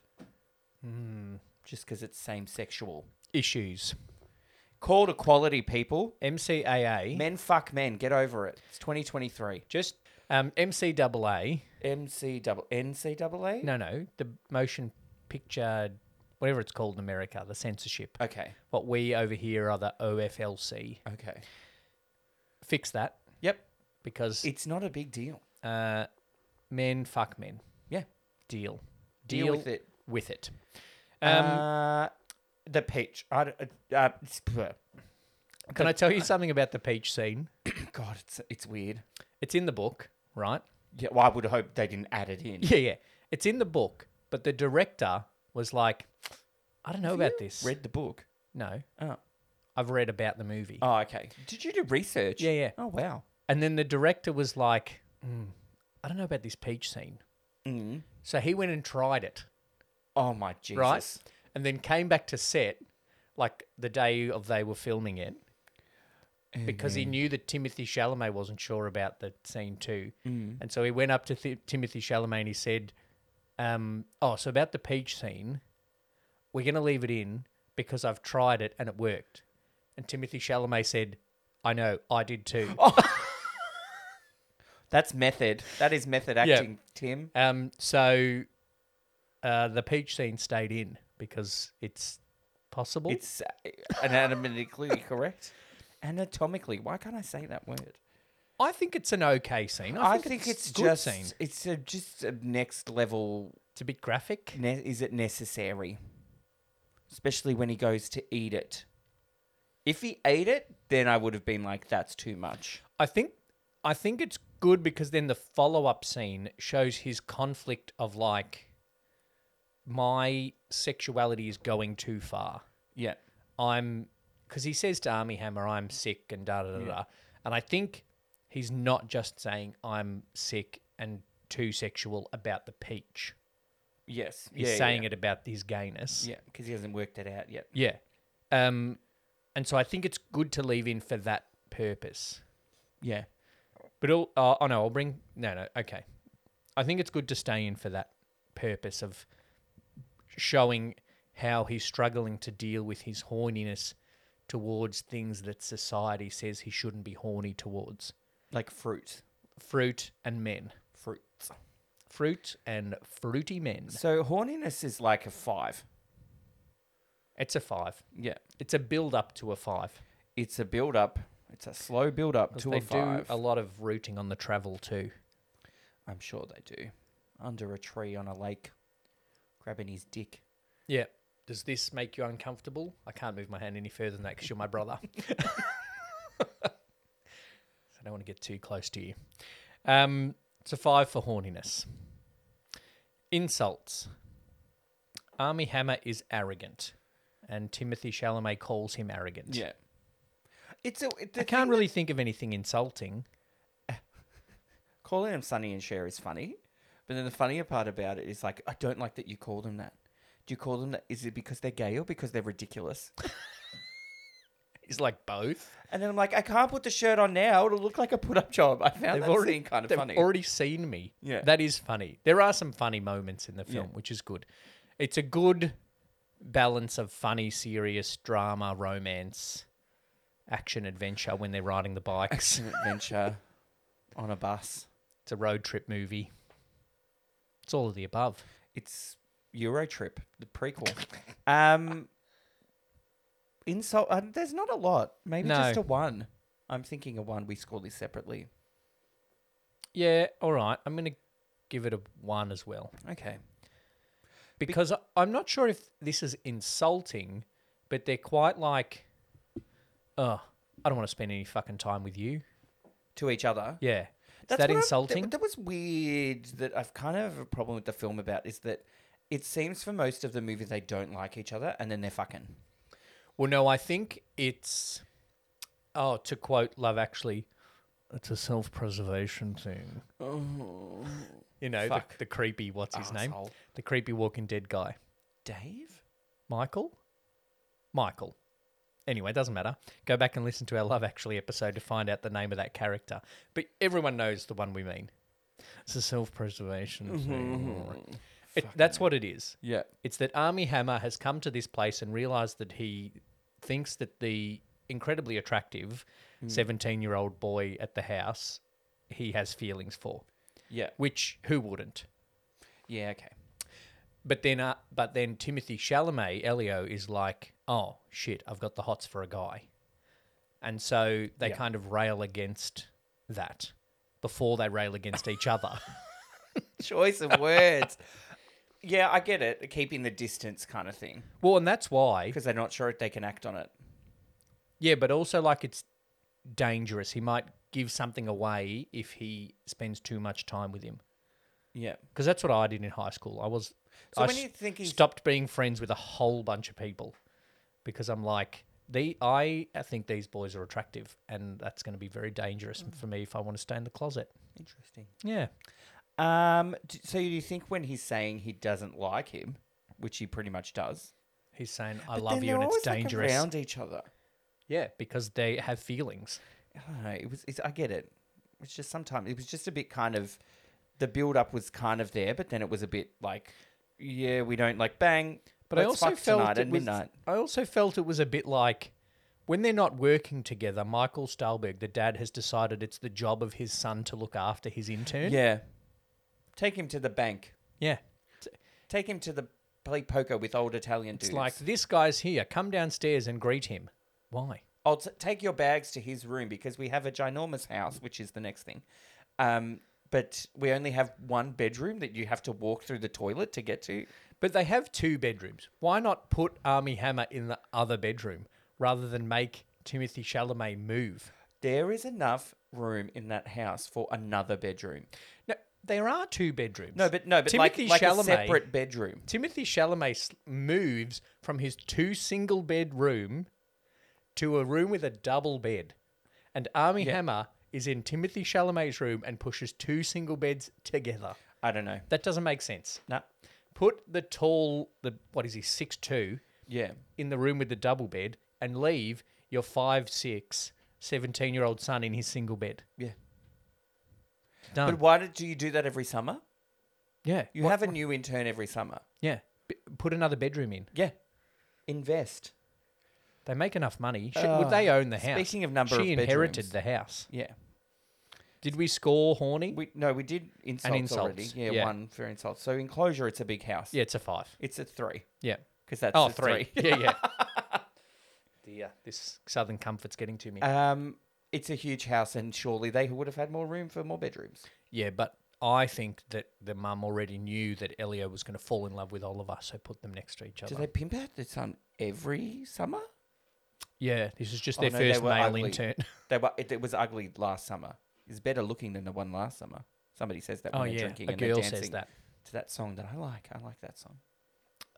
[SPEAKER 3] Hmm. Just because it's same sexual.
[SPEAKER 2] Issues.
[SPEAKER 3] Call to quality, people.
[SPEAKER 2] MCAA.
[SPEAKER 3] Men fuck men. Get over it. It's 2023.
[SPEAKER 2] Just um, MCAA.
[SPEAKER 3] MCAA. NCAA?
[SPEAKER 2] No, no. The motion picture, whatever it's called in America, the censorship.
[SPEAKER 3] Okay.
[SPEAKER 2] What we over here are the OFLC.
[SPEAKER 3] Okay.
[SPEAKER 2] Fix that
[SPEAKER 3] Yep.
[SPEAKER 2] because
[SPEAKER 3] It's not a big deal.
[SPEAKER 2] uh, men fuck men.
[SPEAKER 3] Yeah.
[SPEAKER 2] Deal.
[SPEAKER 3] Deal with it.
[SPEAKER 2] With it. Um,
[SPEAKER 3] Um, the peach. I, d- uh, uh, it's- bleh.
[SPEAKER 2] can I tell you something about the peach scene?
[SPEAKER 3] God, it's it's weird.
[SPEAKER 2] It's in the book, right?
[SPEAKER 3] Yeah, well, I would hope they didn't add it in.
[SPEAKER 2] Yeah, yeah. It's in the book, but the director was like, I don't know about this.
[SPEAKER 3] Read the book.
[SPEAKER 2] no,
[SPEAKER 3] Oh.
[SPEAKER 2] I've read about the movie.
[SPEAKER 3] oh, okay. Did you do research?
[SPEAKER 2] Yeah, yeah.
[SPEAKER 3] Oh, wow.
[SPEAKER 2] And then the director was like, "Mm, I don't know about this peach scene.
[SPEAKER 3] Mm.
[SPEAKER 2] So he went and tried it,
[SPEAKER 3] Oh my Jesus.
[SPEAKER 2] right? And then came back to set like the day of they were filming it
[SPEAKER 3] Mm.
[SPEAKER 2] because
[SPEAKER 3] Mm-hmm.
[SPEAKER 2] he knew that Timothy Chalamet wasn't sure about the scene too. Mm. And so he went up to Th- Timothy Chalamet and he said, um, Oh, so about the peach scene, we're going to leave it in because I've tried it and it worked. And Timothy Chalamet said, I know, I did too.
[SPEAKER 3] Oh. That's method. That is method
[SPEAKER 2] Yeah.
[SPEAKER 3] acting, Tim.
[SPEAKER 2] Um, so uh, the peach scene stayed in because it's possible.
[SPEAKER 3] It's uh, anatomically correct. Anatomically, why can't I say that word?
[SPEAKER 2] I think it's an okay scene.
[SPEAKER 3] I,
[SPEAKER 2] I think,
[SPEAKER 3] think, it's,
[SPEAKER 2] good
[SPEAKER 3] just
[SPEAKER 2] scene.
[SPEAKER 3] it's a, just a next level
[SPEAKER 2] It's a bit graphic.
[SPEAKER 3] ne- is it necessary? Especially when he goes to eat it. If he ate it, then I would have been like, that's too much.
[SPEAKER 2] I think I think it's good because then the follow up scene shows his conflict of like my sexuality is going too far.
[SPEAKER 3] Yeah.
[SPEAKER 2] I'm because he says to Army Hammer, I'm sick and da da da da. And I think he's not just saying I'm sick and too sexual about the peach.
[SPEAKER 3] Yes.
[SPEAKER 2] He's saying it about his gayness.
[SPEAKER 3] Yeah, because he hasn't worked it out yet.
[SPEAKER 2] Yeah. Um, and so I think it's good to leave in for that purpose.
[SPEAKER 3] Yeah.
[SPEAKER 2] But it'll, uh, oh no, I'll bring no no okay. I think it's good to stay in for that purpose of showing how he's struggling to deal with his horniness towards things that society says he shouldn't be horny towards.
[SPEAKER 3] Like fruit.
[SPEAKER 2] Fruit and men.
[SPEAKER 3] Fruit.
[SPEAKER 2] Fruit and fruity men.
[SPEAKER 3] So horniness is like a five.
[SPEAKER 2] It's a five.
[SPEAKER 3] Yeah.
[SPEAKER 2] It's a build up to a five.
[SPEAKER 3] It's a build up. It's a slow build up
[SPEAKER 2] 'Cause
[SPEAKER 3] to
[SPEAKER 2] they
[SPEAKER 3] a five.
[SPEAKER 2] do a lot of rooting on the travel too.
[SPEAKER 3] I'm sure they do. Under a tree on a lake, grabbing his dick.
[SPEAKER 2] Yeah. Does this make you uncomfortable? I can't move my hand any further than that because you're my brother. I don't want to get too close to you. Um, it's a five for horniness. Insults. Army Hammer is arrogant, and Timothy Chalamet calls him arrogant.
[SPEAKER 3] It's a. It,
[SPEAKER 2] I can't really think of anything insulting.
[SPEAKER 3] calling him Sonny and Cher is funny, but then the funnier part about it is like, I don't like that you call them that. Do you call them that? Is it because they're gay or because they're ridiculous?
[SPEAKER 2] It's like both.
[SPEAKER 3] And then I'm like, I can't put the shirt on now. It'll look like a put-up job. I found that
[SPEAKER 2] already
[SPEAKER 3] scene kind of
[SPEAKER 2] they've
[SPEAKER 3] funny.
[SPEAKER 2] already seen me.
[SPEAKER 3] Yeah.
[SPEAKER 2] that is funny. There are some funny moments in the film, which is good. It's a good balance of funny, serious drama, romance, action, adventure when they're riding the bikes.
[SPEAKER 3] An adventure on a bus.
[SPEAKER 2] it's a road trip movie. It's all of the above.
[SPEAKER 3] It's Eurotrip, the prequel. Um, insult. Uh, there's not a lot. Maybe
[SPEAKER 2] No.
[SPEAKER 3] just a one. I'm thinking a one. We score this separately.
[SPEAKER 2] Yeah, all right. I'm gonna give it a one as well
[SPEAKER 3] Okay.
[SPEAKER 2] because I I'm not sure if this is insulting, but they're quite like oh, I don't want to spend any fucking time with you.
[SPEAKER 3] to each other.
[SPEAKER 2] Yeah. Is that
[SPEAKER 3] what I-
[SPEAKER 2] insulting?
[SPEAKER 3] that, that was weird. That I've kind of have a problem with the film about is that it seems for most of the movie they don't like each other and then they're fucking.
[SPEAKER 2] Well, no, I think it's. Oh, to quote Love Actually, it's a self preservation thing.
[SPEAKER 3] Oh,
[SPEAKER 2] You know, the,
[SPEAKER 3] Fuck.
[SPEAKER 2] the creepy, what's his name?
[SPEAKER 3] Asshole.
[SPEAKER 2] The creepy Walking Dead guy.
[SPEAKER 3] Dave.
[SPEAKER 2] Michael? Michael. Anyway, doesn't matter. Go back and listen to our Love Actually episode to find out the name of that character. But everyone knows the one we mean. It's a self preservation
[SPEAKER 3] Mm-hmm.
[SPEAKER 2] thing. Mm-hmm. It, that's what it is.
[SPEAKER 3] Yeah.
[SPEAKER 2] It's that Army Hammer has come to this place and realized that he thinks that the incredibly attractive 17 year old boy at the house he has feelings for,
[SPEAKER 3] Yeah.
[SPEAKER 2] which who wouldn't?
[SPEAKER 3] Yeah. Okay.
[SPEAKER 2] But then, uh, but then Timothy Chalamet, Elio, is like, oh shit, I've got the hots for a guy, and so they
[SPEAKER 3] Yeah.
[SPEAKER 2] kind of rail against that before they rail against each other.
[SPEAKER 3] Choice of words. yeah, I get it. Keeping the distance kind of thing
[SPEAKER 2] Well, and that's why,
[SPEAKER 3] because they're not sure if they can act on it.
[SPEAKER 2] yeah. But also, like, it's dangerous. He might give something away if he spends too much time with him.
[SPEAKER 3] Yeah.
[SPEAKER 2] Because that's what I did in high school. I was
[SPEAKER 3] So
[SPEAKER 2] I
[SPEAKER 3] when
[SPEAKER 2] s-
[SPEAKER 3] you think he's-
[SPEAKER 2] stopped being friends with a whole bunch of people because I'm like the I I think these boys are attractive and that's going to be very dangerous
[SPEAKER 3] Mm.
[SPEAKER 2] for me if I want to stay in the closet.
[SPEAKER 3] Interesting.
[SPEAKER 2] Yeah.
[SPEAKER 3] Um. d so you think when he's saying he doesn't like him, which he pretty much does,
[SPEAKER 2] He's saying I
[SPEAKER 3] but
[SPEAKER 2] love
[SPEAKER 3] then
[SPEAKER 2] you
[SPEAKER 3] they're
[SPEAKER 2] and it's
[SPEAKER 3] always, like,
[SPEAKER 2] dangerous.
[SPEAKER 3] around each other.
[SPEAKER 2] yeah, because they have feelings.
[SPEAKER 3] I don't know. It was. It's, I get it. It's just sometimes it was just a bit kind of the build up was kind of there, but then it was a bit like, yeah, we don't like bang.
[SPEAKER 2] But
[SPEAKER 3] let's
[SPEAKER 2] I also
[SPEAKER 3] fuck
[SPEAKER 2] felt
[SPEAKER 3] tonight
[SPEAKER 2] it
[SPEAKER 3] at
[SPEAKER 2] was,
[SPEAKER 3] midnight.
[SPEAKER 2] I also felt it was a bit like when they're not working together, Michael Stahlberg, the dad, has decided it's the job of his son to look after his intern.
[SPEAKER 3] Yeah, take him to the bank.
[SPEAKER 2] Yeah.
[SPEAKER 3] Take him to the play poker with old Italian
[SPEAKER 2] It's
[SPEAKER 3] dudes.
[SPEAKER 2] like this guy's here. Come downstairs and greet him. Why?
[SPEAKER 3] I'll t- take your bags to his room because we have a ginormous house, which is the next thing. Um, but we only have one bedroom that you have to walk through the toilet to get to.
[SPEAKER 2] But they have two bedrooms. Why not put Army Hammer in the other bedroom rather than make Timothy Chalamet move?
[SPEAKER 3] There is enough room in that house for another bedroom.
[SPEAKER 2] No, there are two bedrooms.
[SPEAKER 3] No, but no, but
[SPEAKER 2] Timothy
[SPEAKER 3] like, like
[SPEAKER 2] Chalamet.
[SPEAKER 3] a separate bedroom.
[SPEAKER 2] Timothy Chalamet s- moves from his two single bed room to a room with a double bed, and Army Hammer is in Timothy Chalamet's room and pushes two single beds together.
[SPEAKER 3] I don't know.
[SPEAKER 2] That doesn't make sense.
[SPEAKER 3] No.
[SPEAKER 2] Put the tall, the what is he six two?
[SPEAKER 3] Yeah.
[SPEAKER 2] in the room with the double bed and leave your five, six, 17 year old son in his single bed.
[SPEAKER 3] Yeah.
[SPEAKER 2] Done.
[SPEAKER 3] But why did, do you do that every summer?
[SPEAKER 2] yeah.
[SPEAKER 3] You
[SPEAKER 2] What-
[SPEAKER 3] have a new intern every summer.
[SPEAKER 2] yeah. B- put another bedroom in.
[SPEAKER 3] Yeah. Invest.
[SPEAKER 2] They make enough money. Should, would they own the house?
[SPEAKER 3] speaking of number
[SPEAKER 2] she
[SPEAKER 3] of
[SPEAKER 2] inherited
[SPEAKER 3] bedrooms.
[SPEAKER 2] the house.
[SPEAKER 3] Yeah.
[SPEAKER 2] Did we score horny?
[SPEAKER 3] We no, we did insults, already.
[SPEAKER 2] insults,
[SPEAKER 3] Yeah,
[SPEAKER 2] yeah.
[SPEAKER 3] one for insults. So enclosure, it's a big house.
[SPEAKER 2] yeah, it's a five.
[SPEAKER 3] It's a three
[SPEAKER 2] Yeah.
[SPEAKER 3] because that's
[SPEAKER 2] Oh,
[SPEAKER 3] a
[SPEAKER 2] three.
[SPEAKER 3] three.
[SPEAKER 2] yeah, yeah. The, uh, this Southern Comfort's getting to me.
[SPEAKER 3] Um, it's a huge house, and surely they would have had more room for more bedrooms.
[SPEAKER 2] yeah, but I think that the mum already knew that Elio was going to fall in love with Oliver, so put them next to each other.
[SPEAKER 3] Do they pimp out the son every summer?
[SPEAKER 2] yeah, this is just
[SPEAKER 3] Oh,
[SPEAKER 2] their
[SPEAKER 3] no, they
[SPEAKER 2] first
[SPEAKER 3] were
[SPEAKER 2] male
[SPEAKER 3] ugly.
[SPEAKER 2] intern.
[SPEAKER 3] They were. It, it was ugly last summer. It's better looking than the one last summer. Somebody says that when
[SPEAKER 2] Oh
[SPEAKER 3] they're
[SPEAKER 2] yeah,
[SPEAKER 3] drinking
[SPEAKER 2] a
[SPEAKER 3] and
[SPEAKER 2] girl
[SPEAKER 3] they're dancing
[SPEAKER 2] says that.
[SPEAKER 3] to that song that I like. I like that song.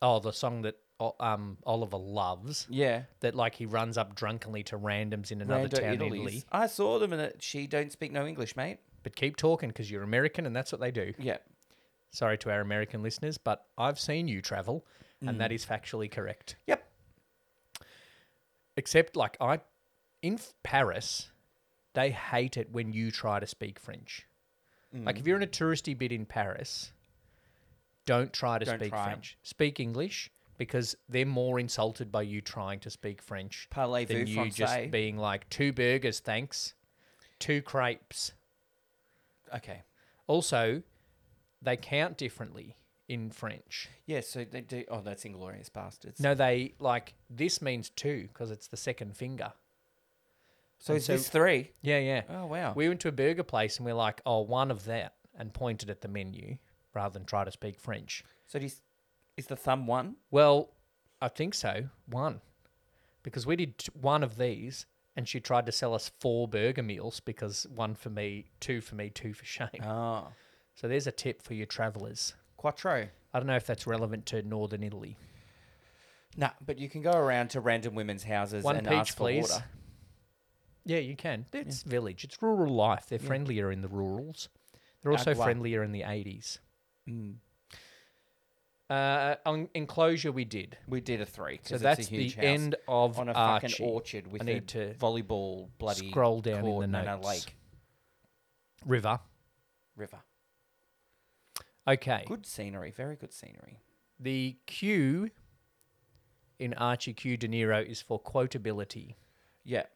[SPEAKER 2] Oh, the song that O- um Oliver loves.
[SPEAKER 3] Yeah.
[SPEAKER 2] That like he runs up drunkenly to randoms in another
[SPEAKER 3] Rando
[SPEAKER 2] town in
[SPEAKER 3] Italy's.
[SPEAKER 2] Italy.
[SPEAKER 3] I saw them and it, she don't speak no English, mate.
[SPEAKER 2] But keep talking because you're American and that's what they do.
[SPEAKER 3] Yeah.
[SPEAKER 2] Sorry to our American listeners, but I've seen you travel, and
[SPEAKER 3] Mm.
[SPEAKER 2] that is factually correct.
[SPEAKER 3] Yep.
[SPEAKER 2] Except like I, in F- Paris, they hate it when you try to speak French. Like if you're in a
[SPEAKER 3] Mm.
[SPEAKER 2] touristy bit in Paris, don't try to
[SPEAKER 3] Don't
[SPEAKER 2] speak
[SPEAKER 3] try.
[SPEAKER 2] French. Speak English because they're more insulted by you trying to speak French than
[SPEAKER 3] Parlez-vous
[SPEAKER 2] you
[SPEAKER 3] français?
[SPEAKER 2] just being like two burgers, thanks, two crepes.
[SPEAKER 3] Okay.
[SPEAKER 2] Also, they count differently in French.
[SPEAKER 3] Yeah. So they do. Oh, that's Inglorious Bastards.
[SPEAKER 2] No, they like this means two because it's the second finger.
[SPEAKER 3] So
[SPEAKER 2] and
[SPEAKER 3] it's
[SPEAKER 2] so-
[SPEAKER 3] this three.
[SPEAKER 2] Yeah, yeah.
[SPEAKER 3] Oh wow.
[SPEAKER 2] We went to a burger place and we're like, oh, one of that, and pointed at the menu rather than try to speak French.
[SPEAKER 3] so do you s- is the thumb one?
[SPEAKER 2] Well, I think so. One, because we did t- one of these, and she tried to sell us four burger meals because one for me, two for me, two for Shane.
[SPEAKER 3] Oh.
[SPEAKER 2] So there's a tip for your travellers.
[SPEAKER 3] Quattro.
[SPEAKER 2] I don't know if that's relevant to Northern Italy.
[SPEAKER 3] No, but you can go around to random women's houses
[SPEAKER 2] One
[SPEAKER 3] and
[SPEAKER 2] peach,
[SPEAKER 3] ask for
[SPEAKER 2] please.
[SPEAKER 3] water.
[SPEAKER 2] Yeah, you can. It's village. It's rural life. They're friendlier in the rurals. They're also
[SPEAKER 3] Agua.
[SPEAKER 2] friendlier in the 80s.
[SPEAKER 3] Mm.
[SPEAKER 2] Uh, on enclosure, we did.
[SPEAKER 3] We did a three. 'cause
[SPEAKER 2] So
[SPEAKER 3] it's
[SPEAKER 2] that's
[SPEAKER 3] a huge
[SPEAKER 2] the
[SPEAKER 3] house
[SPEAKER 2] end of
[SPEAKER 3] on a
[SPEAKER 2] Archie.
[SPEAKER 3] fucking orchard with a
[SPEAKER 2] need to
[SPEAKER 3] volleyball bloody
[SPEAKER 2] scroll down in
[SPEAKER 3] court
[SPEAKER 2] the
[SPEAKER 3] and a
[SPEAKER 2] notes.
[SPEAKER 3] lake
[SPEAKER 2] River.
[SPEAKER 3] river.
[SPEAKER 2] Okay.
[SPEAKER 3] Good scenery, very good scenery.
[SPEAKER 2] The Q in Archie Q De Niro is for quotability.
[SPEAKER 3] Yeah,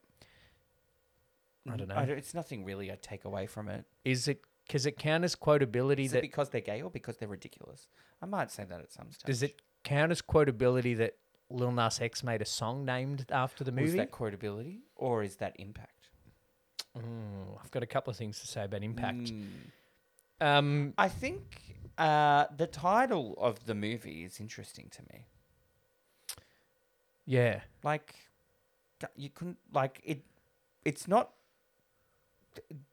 [SPEAKER 2] I don't know.
[SPEAKER 3] I don't, it's nothing really I take away from it.
[SPEAKER 2] Is it because it count as quotability
[SPEAKER 3] Is it
[SPEAKER 2] that
[SPEAKER 3] because they're gay or because they're ridiculous? I might say that at some stage.
[SPEAKER 2] does it count as quotability that Lil Nas X made a song named after the
[SPEAKER 3] Or Is
[SPEAKER 2] movie?
[SPEAKER 3] that quotability or is that impact?
[SPEAKER 2] Mm, I've got a couple of things to say about impact.
[SPEAKER 3] Mm.
[SPEAKER 2] Um,
[SPEAKER 3] I think uh, the title of the movie is interesting to me.
[SPEAKER 2] yeah,
[SPEAKER 3] Like, d- you couldn't like it. It's not.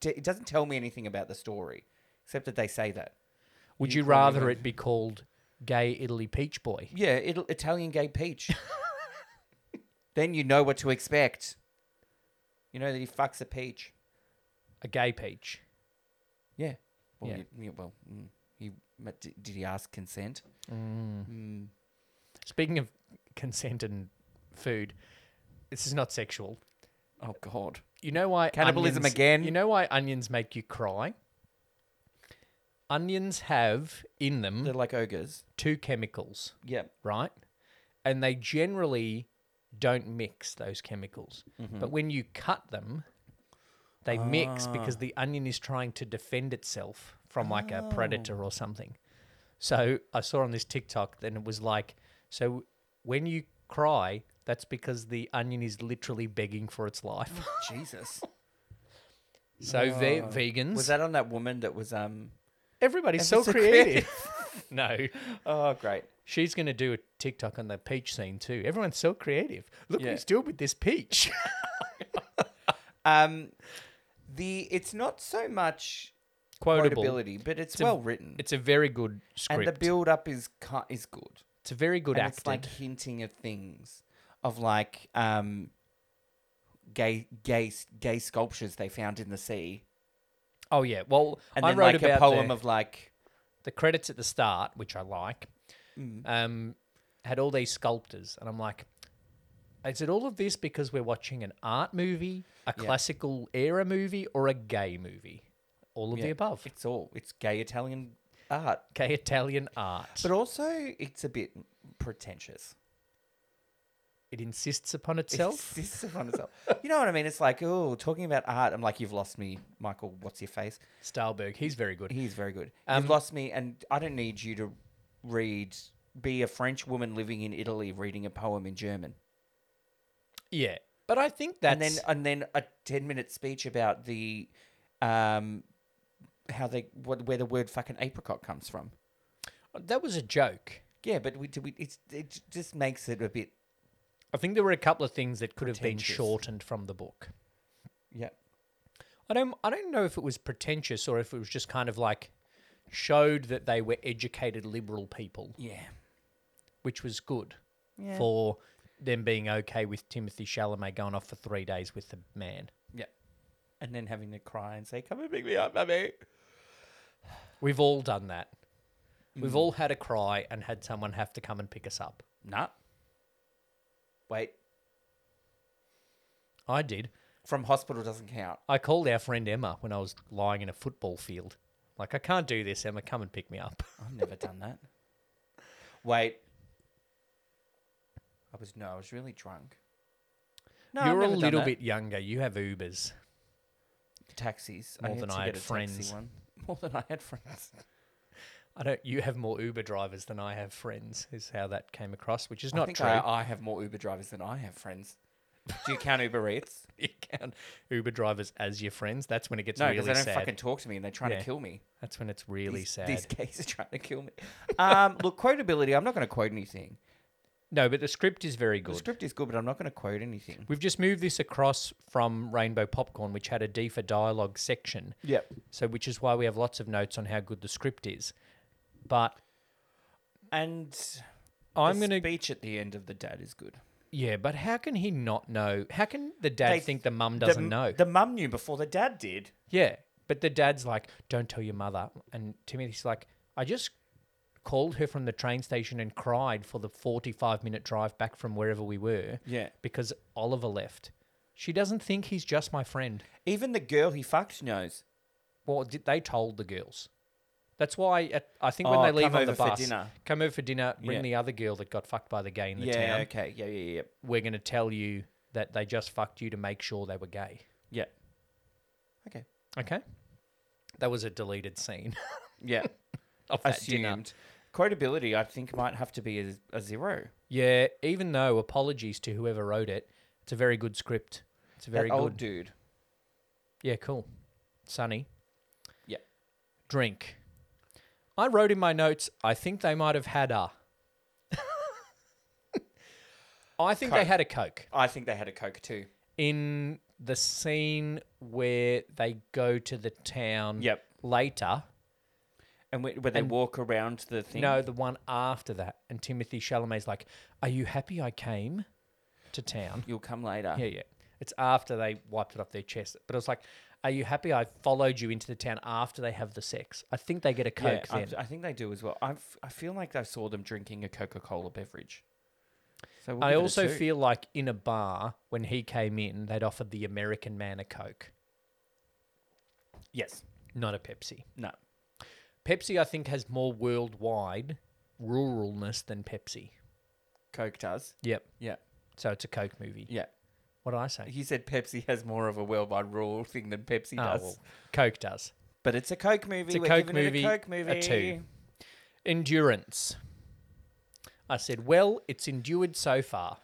[SPEAKER 3] d- It doesn't tell me anything about the story, except that they say that.
[SPEAKER 2] would
[SPEAKER 3] You
[SPEAKER 2] you,
[SPEAKER 3] call me
[SPEAKER 2] rather
[SPEAKER 3] that.
[SPEAKER 2] it be called Gay Italy Peach Boy?
[SPEAKER 3] Yeah, it'll, Italian gay peach. then you know what to expect. You know that he fucks a peach.
[SPEAKER 2] A gay peach.
[SPEAKER 3] Yeah. Well,
[SPEAKER 2] Yeah.
[SPEAKER 3] You, you- well, mm, he but d- did he ask consent? Mm.
[SPEAKER 2] Speaking of consent and food, this is not sexual.
[SPEAKER 3] Oh God.
[SPEAKER 2] You know why
[SPEAKER 3] Cannibalism
[SPEAKER 2] onions-
[SPEAKER 3] again?
[SPEAKER 2] You know why onions make you cry? Onions have in them
[SPEAKER 3] They're like ogres.
[SPEAKER 2] two chemicals,
[SPEAKER 3] Yeah.
[SPEAKER 2] right? And they generally don't mix those chemicals.
[SPEAKER 3] Mm-hmm.
[SPEAKER 2] But when you cut them, they mix
[SPEAKER 3] Ah.
[SPEAKER 2] because the onion is trying to defend itself from like a
[SPEAKER 3] Oh.
[SPEAKER 2] predator or something. So I saw on this TikTok, then it was like, so when you cry, that's because the onion is literally begging for its life.
[SPEAKER 3] Jesus.
[SPEAKER 2] So ve- vegans,
[SPEAKER 3] Was that on that woman that was um?
[SPEAKER 2] everybody's so
[SPEAKER 3] Episode
[SPEAKER 2] creative. no,
[SPEAKER 3] Oh great.
[SPEAKER 2] she's going to do a TikTok on the peach scene too. Everyone's so creative. Look
[SPEAKER 3] Yeah.
[SPEAKER 2] what he's doing with this peach.
[SPEAKER 3] Um, the it's not so much
[SPEAKER 2] Quotable.
[SPEAKER 3] quotability, but it's,
[SPEAKER 2] a-
[SPEAKER 3] well written.
[SPEAKER 2] It's a very good script.
[SPEAKER 3] and the build up is cu- is good.
[SPEAKER 2] it's a very good
[SPEAKER 3] and
[SPEAKER 2] acted.
[SPEAKER 3] it's like hinting of things of like um gay gay s- gay sculptures they found in the sea
[SPEAKER 2] oh yeah. Well,
[SPEAKER 3] and
[SPEAKER 2] I
[SPEAKER 3] then
[SPEAKER 2] wrote
[SPEAKER 3] like
[SPEAKER 2] about
[SPEAKER 3] a poem
[SPEAKER 2] the,
[SPEAKER 3] of like
[SPEAKER 2] the credits at the start, which I like.
[SPEAKER 3] Mm.
[SPEAKER 2] Um, had all these sculptors, and I'm like, is it all of this because we're watching an art movie, a classical era movie, or a gay movie? All of the
[SPEAKER 3] Yeah.
[SPEAKER 2] above.
[SPEAKER 3] it's all it's gay italian art
[SPEAKER 2] Gay Italian art.
[SPEAKER 3] but also it's a bit pretentious
[SPEAKER 2] it insists upon
[SPEAKER 3] It's
[SPEAKER 2] itself.
[SPEAKER 3] just upon itself. you know what i mean it's like oh talking about art i'm like you've lost me michael what's your face
[SPEAKER 2] Stahlberg, he's very good.
[SPEAKER 3] he's very good
[SPEAKER 2] Um,
[SPEAKER 3] you've lost me and i don't need you to read be a french woman living in italy reading a poem in german
[SPEAKER 2] Yeah, but I think that's
[SPEAKER 3] and then and then a ten minute speech about the um how they what where the word fucking apricot comes from.
[SPEAKER 2] that was a joke.
[SPEAKER 3] Yeah, but we do we it's it j- just makes it a bit
[SPEAKER 2] I think there were a couple of things that could have been
[SPEAKER 3] Pretentious.
[SPEAKER 2] shortened from the book.
[SPEAKER 3] yeah.
[SPEAKER 2] I don't I don't know if it was pretentious or if it was just kind of like showed that they were educated liberal people,
[SPEAKER 3] Yeah.
[SPEAKER 2] which was good
[SPEAKER 3] Yeah.
[SPEAKER 2] for them being okay with Timothy Chalamet going off for three days with the man.
[SPEAKER 3] Yeah. And then having to cry and say, Come and pick me up, mummy.
[SPEAKER 2] We've all done that.
[SPEAKER 3] Mm.
[SPEAKER 2] We've all had a cry and had someone have to come and pick us up.
[SPEAKER 3] Nah. Wait.
[SPEAKER 2] I did.
[SPEAKER 3] From hospital doesn't count.
[SPEAKER 2] I called our friend Emma when I was lying in a football field. Like, I can't do this, Emma. Come and pick me up.
[SPEAKER 3] I've never done that. Wait. I was no, I was really drunk. No, I've
[SPEAKER 2] You're a
[SPEAKER 3] never done
[SPEAKER 2] little
[SPEAKER 3] that.
[SPEAKER 2] bit younger. You have Ubers.
[SPEAKER 3] taxis.
[SPEAKER 2] More
[SPEAKER 3] need
[SPEAKER 2] than
[SPEAKER 3] to
[SPEAKER 2] I had
[SPEAKER 3] get a taxi
[SPEAKER 2] friends.
[SPEAKER 3] one. More than I had friends.
[SPEAKER 2] I don't. You have more Uber drivers than I have friends. Is how that came across, which is
[SPEAKER 3] I
[SPEAKER 2] not
[SPEAKER 3] think
[SPEAKER 2] true.
[SPEAKER 3] I, I have more Uber drivers than I have friends. Do you count Uber Eats?
[SPEAKER 2] you count Uber drivers as your friends. That's when it gets
[SPEAKER 3] No, because
[SPEAKER 2] really
[SPEAKER 3] they don't
[SPEAKER 2] sad.
[SPEAKER 3] fucking talk to me and they're trying
[SPEAKER 2] Yeah.
[SPEAKER 3] to kill me.
[SPEAKER 2] That's when it's really
[SPEAKER 3] these,
[SPEAKER 2] sad.
[SPEAKER 3] These gays are trying to kill me. Um, look, quotability. I'm not going to quote anything.
[SPEAKER 2] No, but the script is very
[SPEAKER 3] The
[SPEAKER 2] good.
[SPEAKER 3] script is good, but I'm not going to quote anything.
[SPEAKER 2] We've just moved this across from Rainbow Popcorn, which had a D for dialogue section.
[SPEAKER 3] Yep.
[SPEAKER 2] So, which is why we have lots of notes on how good the script is. But
[SPEAKER 3] And
[SPEAKER 2] I'm
[SPEAKER 3] the
[SPEAKER 2] going to.
[SPEAKER 3] speech at the end of the dad is good.
[SPEAKER 2] Yeah, but how can he not know? How can the dad
[SPEAKER 3] They-
[SPEAKER 2] think the mum doesn't
[SPEAKER 3] the,
[SPEAKER 2] know?
[SPEAKER 3] The mum knew before the dad did.
[SPEAKER 2] yeah. But the dad's like, don't tell your mother. And Timothy's like, I just called her from the train station and cried for the 45 minute drive back from wherever we were
[SPEAKER 3] Yeah.
[SPEAKER 2] because Oliver left. She doesn't think he's just my friend.
[SPEAKER 3] Even the girl he fucked knows.
[SPEAKER 2] Well, did- they told the girls. That's why at, I think when
[SPEAKER 3] Oh,
[SPEAKER 2] they leave
[SPEAKER 3] come
[SPEAKER 2] on the
[SPEAKER 3] over for
[SPEAKER 2] bus,
[SPEAKER 3] dinner.
[SPEAKER 2] come over for dinner, bring
[SPEAKER 3] Yeah.
[SPEAKER 2] the other girl that got fucked by the gay in the
[SPEAKER 3] yeah.
[SPEAKER 2] town.
[SPEAKER 3] Okay. Yeah. Yeah. Yeah.
[SPEAKER 2] We're going to tell you that they just fucked you to make sure they were gay.
[SPEAKER 3] Yeah. Okay.
[SPEAKER 2] Okay? That was a deleted scene
[SPEAKER 3] Yeah.
[SPEAKER 2] of that dinner.
[SPEAKER 3] Assumed. Quotability, I think, might have to be a, a zero.
[SPEAKER 2] Yeah, even though apologies to whoever wrote it, it's a very good script. It's a very
[SPEAKER 3] that
[SPEAKER 2] good.
[SPEAKER 3] old dude.
[SPEAKER 2] Yeah, cool. Sunny.
[SPEAKER 3] Yeah.
[SPEAKER 2] Drink. I wrote in my notes, I think they might have had a. I think they
[SPEAKER 3] Coke.
[SPEAKER 2] had a Coke.
[SPEAKER 3] I think they had a Coke too.
[SPEAKER 2] In the scene where they go to the town
[SPEAKER 3] Yep.
[SPEAKER 2] later.
[SPEAKER 3] And wh- where they
[SPEAKER 2] Mm. And-
[SPEAKER 3] walk around the thing.
[SPEAKER 2] No, the one after that. And Timothy Chalamet's like, Are you happy I came to town?
[SPEAKER 3] You'll come later.
[SPEAKER 2] Yeah, yeah. It's after they wiped it off their chest. But I was like, are you happy I followed you into the town after they have the sex? I think they get a
[SPEAKER 3] Yeah,
[SPEAKER 2] Coke
[SPEAKER 3] I,
[SPEAKER 2] then.
[SPEAKER 3] I think they do as well. I I feel like I saw them drinking a Coca Cola beverage. So we'll
[SPEAKER 2] I
[SPEAKER 3] give it a
[SPEAKER 2] also
[SPEAKER 3] two.
[SPEAKER 2] feel like in a bar, when he came in, they'd offered the American man a Coke,
[SPEAKER 3] yes,
[SPEAKER 2] not a Pepsi.
[SPEAKER 3] no,
[SPEAKER 2] Pepsi, I think, has more worldwide ruralness than Pepsi.
[SPEAKER 3] Coke does.
[SPEAKER 2] Yep.
[SPEAKER 3] Yeah,
[SPEAKER 2] So it's a Coke movie.
[SPEAKER 3] yeah.
[SPEAKER 2] What did I say?
[SPEAKER 3] He said Pepsi has more of a worldwide rule thing than Pepsi
[SPEAKER 2] Oh,
[SPEAKER 3] does.
[SPEAKER 2] well, Coke does.
[SPEAKER 3] But it's a Coke movie.
[SPEAKER 2] It's a
[SPEAKER 3] We're
[SPEAKER 2] Coke
[SPEAKER 3] giving it
[SPEAKER 2] movie,
[SPEAKER 3] A Coke
[SPEAKER 2] a
[SPEAKER 3] movie.
[SPEAKER 2] two. Endurance. I said, well, it's endured so far.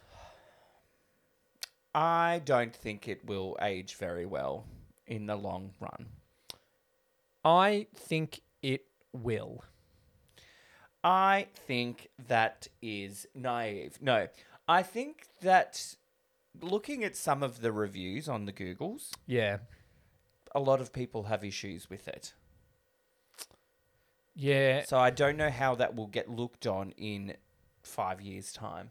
[SPEAKER 3] I don't think it will age very well in the long run.
[SPEAKER 2] I think it will.
[SPEAKER 3] I think that is naive. No, I think that looking at some of the reviews on the Googles,
[SPEAKER 2] Yeah.
[SPEAKER 3] a lot of people have issues with it.
[SPEAKER 2] Yeah.
[SPEAKER 3] So I don't know how that will get looked on in five years' time,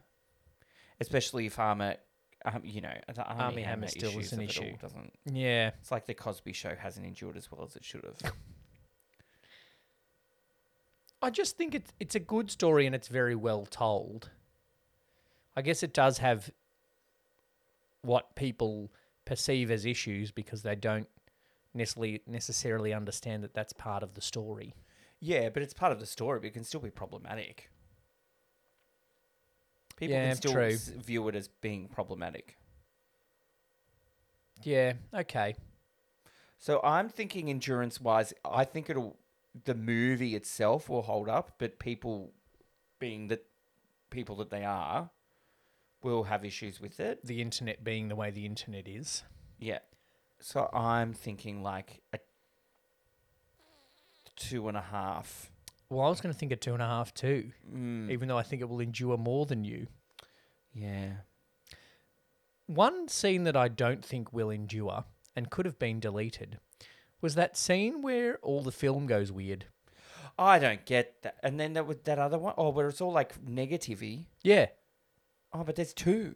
[SPEAKER 3] especially if Armour, um, you know, the Army,
[SPEAKER 2] Army Hammer still
[SPEAKER 3] issues
[SPEAKER 2] is an
[SPEAKER 3] of it all
[SPEAKER 2] issue.
[SPEAKER 3] doesn't.
[SPEAKER 2] Yeah.
[SPEAKER 3] It's like the Cosby Show hasn't endured as well as it should have.
[SPEAKER 2] I just think it's it's a good story and it's very well told. I guess it does have what people perceive as issues because they don't necessarily necessarily understand that that's part of the story.
[SPEAKER 3] yeah, but it's part of the story. But it can still be problematic. People
[SPEAKER 2] Yeah,
[SPEAKER 3] can still
[SPEAKER 2] true.
[SPEAKER 3] s- view it as being problematic.
[SPEAKER 2] Yeah. Okay.
[SPEAKER 3] So I'm thinking endurance wise, I think it'll the movie itself will hold up, but people being the people that they are will have issues with it.
[SPEAKER 2] The internet being the way the internet is.
[SPEAKER 3] Yeah. So I'm thinking like a two and a half.
[SPEAKER 2] Well, I was going to think a two and a half too,
[SPEAKER 3] Mm.
[SPEAKER 2] even though I think it will endure more than you.
[SPEAKER 3] Yeah.
[SPEAKER 2] One scene that I don't think will endure and could have been deleted was that scene where all the film goes weird.
[SPEAKER 3] I don't get that. And then that was that other one. Oh, where it's all like negativity.
[SPEAKER 2] Yeah.
[SPEAKER 3] Oh, but there's two.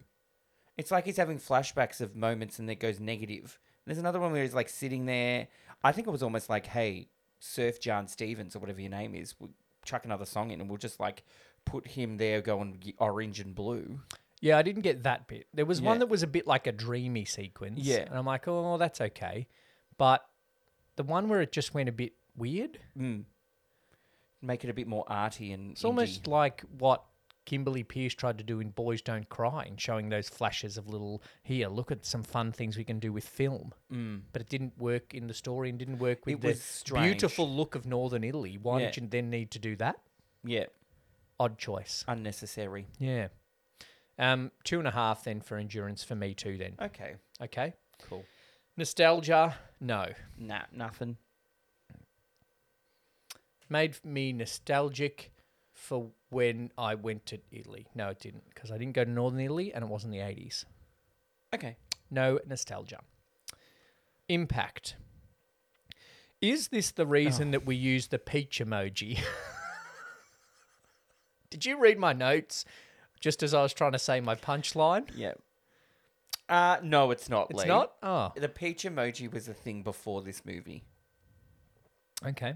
[SPEAKER 3] It's like he's having flashbacks of moments and it goes negative. There's another one where he's like sitting there. I think it was almost like, hey, Surf John Stevens or whatever your name is, we'll chuck another song in and we'll just like put him there going y- orange and blue.
[SPEAKER 2] Yeah, I didn't get that bit. There was one
[SPEAKER 3] Yeah.
[SPEAKER 2] that was a bit like a dreamy sequence.
[SPEAKER 3] Yeah.
[SPEAKER 2] And I'm like, oh, that's okay. But the one where it just went a bit weird,
[SPEAKER 3] Mm. Make it a bit more arty and
[SPEAKER 2] it's almost like what Kimberly Pierce tried to do in Boys Don't Cry and showing those flashes of little, here, look at some fun things we can do with film.
[SPEAKER 3] Mm.
[SPEAKER 2] But it didn't work in the story and didn't work with
[SPEAKER 3] It
[SPEAKER 2] the
[SPEAKER 3] was strange.
[SPEAKER 2] beautiful look of Northern Italy. Why
[SPEAKER 3] Yeah.
[SPEAKER 2] did you then need to do that?
[SPEAKER 3] yeah
[SPEAKER 2] odd choice.
[SPEAKER 3] unnecessary.
[SPEAKER 2] Yeah. Um, two and a half then for endurance for me too then.
[SPEAKER 3] Okay,
[SPEAKER 2] Okay.
[SPEAKER 3] cool.
[SPEAKER 2] Nostalgia, no.
[SPEAKER 3] Nah, nothing.
[SPEAKER 2] Made me nostalgic for when I went to Italy. No, it didn't, because I didn't go to Northern Italy and it wasn't the 80s.
[SPEAKER 3] Okay.
[SPEAKER 2] No nostalgia. Impact. Is this the reason that we use the peach emoji? Did you read my notes just as I was trying to say my punchline?
[SPEAKER 3] Yeah. Uh, no, it's not.
[SPEAKER 2] It's
[SPEAKER 3] Lee.
[SPEAKER 2] not? Oh,
[SPEAKER 3] The peach emoji was a thing before this movie.
[SPEAKER 2] okay.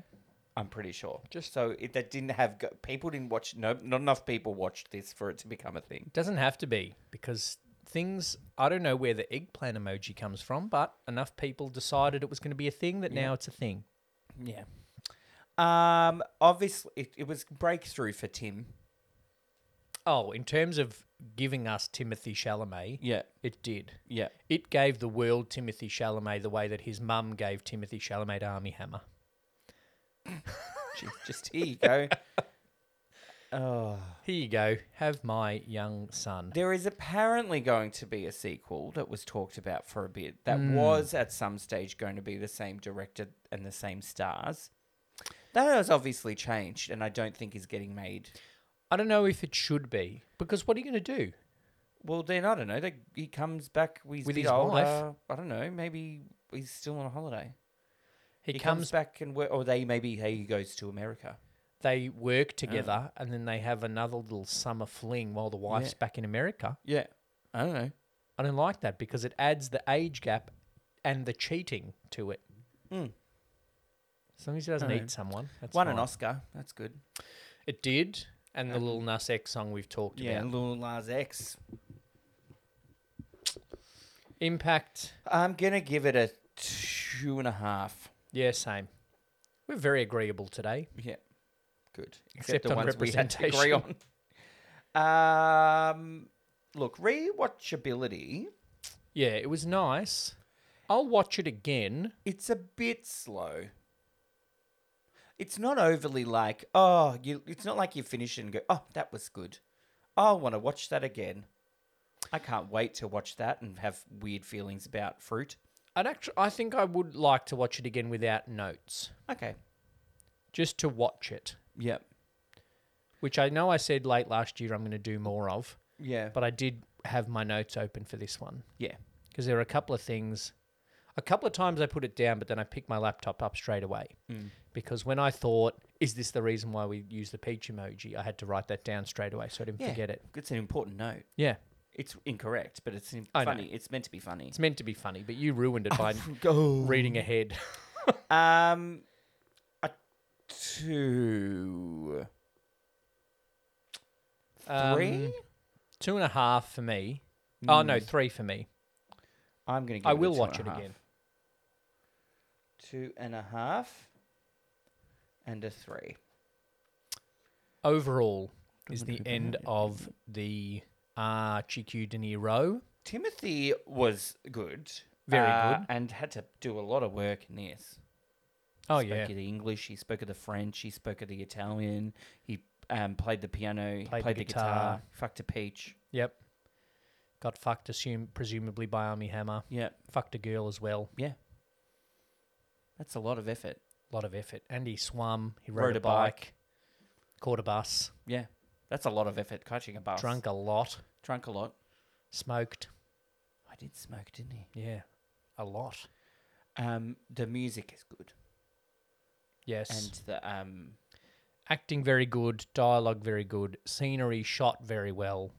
[SPEAKER 3] I'm pretty sure.
[SPEAKER 2] Just-
[SPEAKER 3] so it, that didn't have go- people didn't watch. No, not enough people watched this for it to become a thing.
[SPEAKER 2] Doesn't have to be because things, I don't know where the eggplant emoji comes from, but enough people decided it was going to be a thing that now it's a thing.
[SPEAKER 3] Yeah. Um. Obviously, it, it was breakthrough for Tim.
[SPEAKER 2] Oh, in terms of giving us Timothy Chalamet,
[SPEAKER 3] Yeah.
[SPEAKER 2] it did.
[SPEAKER 3] Yeah.
[SPEAKER 2] It gave the world Timothy Chalamet the way that his mum gave Timothy Chalamet to Army Hammer.
[SPEAKER 3] Gee, just here you go. oh.
[SPEAKER 2] Here you go. Have my young son.
[SPEAKER 3] There is apparently going to be a sequel that was talked about for a bit that was at some stage going to be the same director and the same stars. That has obviously changed and I don't think is getting made.
[SPEAKER 2] I don't know if it should be because what are you going to do?
[SPEAKER 3] Well, then I don't know. They, he comes back he's
[SPEAKER 2] With
[SPEAKER 3] a bit
[SPEAKER 2] his wife?
[SPEAKER 3] older. I don't know. Maybe he's still on a holiday.
[SPEAKER 2] He, comes, back.
[SPEAKER 3] back and work, or they maybe hey, he goes to America.
[SPEAKER 2] They work together, and then they have another little summer fling while the wife's back in America.
[SPEAKER 3] Yeah, I don't know.
[SPEAKER 2] I don't like that because it adds the age gap and the cheating to it.
[SPEAKER 3] Mm.
[SPEAKER 2] As long as he doesn't
[SPEAKER 3] Alright.
[SPEAKER 2] eat someone, that's
[SPEAKER 3] Won
[SPEAKER 2] fine.
[SPEAKER 3] an Oscar. That's good.
[SPEAKER 2] It did, and the little Nas X song we've talked about.
[SPEAKER 3] Lil Nas X.
[SPEAKER 2] Impact.
[SPEAKER 3] I'm gonna give it a two and a half.
[SPEAKER 2] Yeah, same. We're very agreeable today.
[SPEAKER 3] Yeah. Good.
[SPEAKER 2] Except on representation.
[SPEAKER 3] on. Um, look, rewatchability.
[SPEAKER 2] Yeah, it was nice. I'll watch it again.
[SPEAKER 3] It's a bit slow. It's not overly like oh, you. It's not like you finish it and go oh, that was good. Oh, I want to watch that again. I can't wait to watch that and have weird feelings about fruit.
[SPEAKER 2] I'd actually, I think I would like to watch it again without notes,
[SPEAKER 3] Okay.
[SPEAKER 2] just to watch it,
[SPEAKER 3] Yep.
[SPEAKER 2] which I know I said late last year I'm going to do more of,
[SPEAKER 3] Yeah.
[SPEAKER 2] but I did have my notes open for this one
[SPEAKER 3] yeah.
[SPEAKER 2] because there are a couple of things. A couple of times I put it down, but then I picked my laptop up straight away
[SPEAKER 3] Hmm.
[SPEAKER 2] because when I thought, "Is this the reason why we use the peach emoji?" I had to write that down straight away so I didn't
[SPEAKER 3] Yeah.
[SPEAKER 2] forget it.
[SPEAKER 3] It's an important note.
[SPEAKER 2] Yeah,
[SPEAKER 3] It's incorrect, but it's in-
[SPEAKER 2] I know.
[SPEAKER 3] funny. It's meant to be funny.
[SPEAKER 2] it's meant to be funny, but you ruined it by reading ahead.
[SPEAKER 3] Um, a two, three.
[SPEAKER 2] Um, two and a half for me. Oh no,
[SPEAKER 3] Mm.
[SPEAKER 2] three for me.
[SPEAKER 3] I'm gonna. Give
[SPEAKER 2] I
[SPEAKER 3] it a
[SPEAKER 2] will
[SPEAKER 3] two
[SPEAKER 2] watch
[SPEAKER 3] and a
[SPEAKER 2] it
[SPEAKER 3] half.
[SPEAKER 2] again.
[SPEAKER 3] Two and a half, and a three.
[SPEAKER 2] Overall, is the end of the Archie Q De Niro.
[SPEAKER 3] Timothy was good,
[SPEAKER 2] Very
[SPEAKER 3] uh,
[SPEAKER 2] good.
[SPEAKER 3] and had to do a lot of work in this.
[SPEAKER 2] Oh
[SPEAKER 3] spoke
[SPEAKER 2] yeah,
[SPEAKER 3] of the English. He spoke of the French. He spoke of the Italian. He um, played the piano. He
[SPEAKER 2] Played the
[SPEAKER 3] played, the
[SPEAKER 2] guitar.
[SPEAKER 3] guitar. Fucked a peach.
[SPEAKER 2] yep. Got fucked, assume presumably by Army Hammer.
[SPEAKER 3] Yeah,
[SPEAKER 2] Fucked a girl as well.
[SPEAKER 3] yeah. That's a lot of effort.
[SPEAKER 2] A lot of effort. And he swam. He rode, a, bike, Caught a bus.
[SPEAKER 3] Yeah, that's a lot of effort catching a bus.
[SPEAKER 2] Drunk a lot.
[SPEAKER 3] drunk a lot.
[SPEAKER 2] Smoked.
[SPEAKER 3] I did smoke, didn't he?
[SPEAKER 2] Yeah, a lot.
[SPEAKER 3] Um, the music is good,
[SPEAKER 2] Yes.
[SPEAKER 3] and the um,
[SPEAKER 2] acting very good, dialogue very good, scenery shot very well.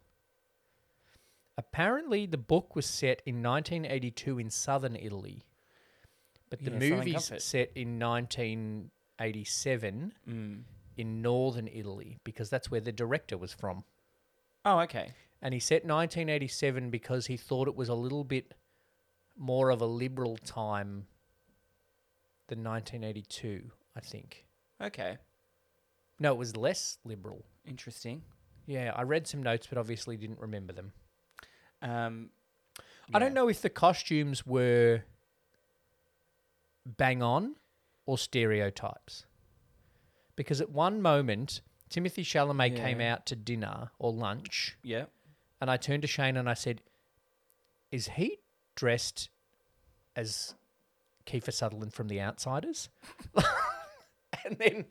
[SPEAKER 2] Apparently, the book was set in 1982 in southern Italy, but the
[SPEAKER 3] Yeah, Southern
[SPEAKER 2] movie's
[SPEAKER 3] Comfort.
[SPEAKER 2] set in 1987
[SPEAKER 3] mm.
[SPEAKER 2] in northern Italy because that's where the director was from.
[SPEAKER 3] oh, okay,
[SPEAKER 2] And he set 1987 because he thought it was a little bit more of a liberal time than 1982, I think.
[SPEAKER 3] okay,
[SPEAKER 2] No, it was less liberal.
[SPEAKER 3] interesting.
[SPEAKER 2] Yeah, I read some notes, but obviously didn't remember them.
[SPEAKER 3] Um,
[SPEAKER 2] I don't know if the costumes were bang on or stereotypes. Because at one moment, Timothy Chalamet came
[SPEAKER 3] Yeah.
[SPEAKER 2] out to dinner or lunch,
[SPEAKER 3] yeah,
[SPEAKER 2] and I turned to Shane and I said, Is he dressed as Kiefer Sutherland from The Outsiders? and then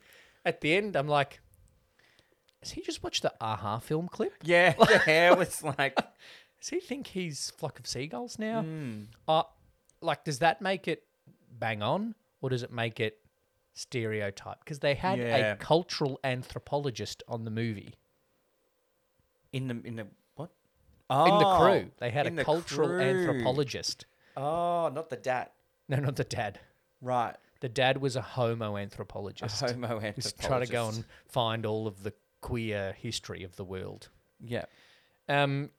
[SPEAKER 2] at the end, I'm like, Has he just watched the Aha film clip?
[SPEAKER 3] Yeah, the hair was like.
[SPEAKER 2] Does he think he's flock of seagulls now?
[SPEAKER 3] mm.
[SPEAKER 2] Uh, like, does that make it bang on or does it make it stereotype? Because they had
[SPEAKER 3] Yeah.
[SPEAKER 2] a cultural anthropologist on the movie.
[SPEAKER 3] In the in the what?
[SPEAKER 2] in the
[SPEAKER 3] Oh,
[SPEAKER 2] crew, they had
[SPEAKER 3] in
[SPEAKER 2] a
[SPEAKER 3] the
[SPEAKER 2] cultural
[SPEAKER 3] crew.
[SPEAKER 2] anthropologist.
[SPEAKER 3] Oh, not the dat.
[SPEAKER 2] No, not the dad.
[SPEAKER 3] Right.
[SPEAKER 2] The dad was a homo
[SPEAKER 3] A
[SPEAKER 2] anthropologist.
[SPEAKER 3] homo
[SPEAKER 2] Who's trying to go
[SPEAKER 3] anthropologist.
[SPEAKER 2] and find all of the queer history of the world.
[SPEAKER 3] Yeah.
[SPEAKER 2] Um,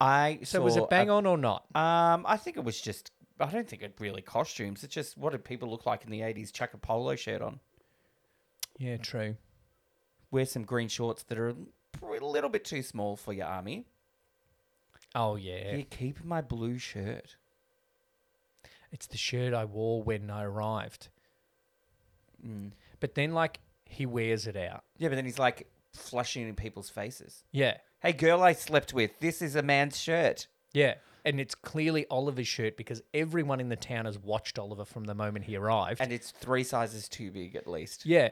[SPEAKER 3] I
[SPEAKER 2] so was it bang on or not?
[SPEAKER 3] on? Um, I think it was just. I don't think it really costumes. It's just what did people look like in the eighties? Chuck a polo shirt on,
[SPEAKER 2] Yeah, true.
[SPEAKER 3] wear some green shorts that are probably a little bit too small for your army.
[SPEAKER 2] Oh yeah.
[SPEAKER 3] You keep my blue shirt.
[SPEAKER 2] it's the shirt I wore when I arrived.
[SPEAKER 3] Mm.
[SPEAKER 2] But then like he wears it out.
[SPEAKER 3] Yeah, but then he's like flushing in people's faces.
[SPEAKER 2] Yeah,
[SPEAKER 3] Hey, girl, I slept with. This is a man's shirt.
[SPEAKER 2] yeah. And it's clearly Oliver's shirt because everyone in the town has watched Oliver from the moment he arrived.
[SPEAKER 3] And it's three sizes too big at least.
[SPEAKER 2] Yeah.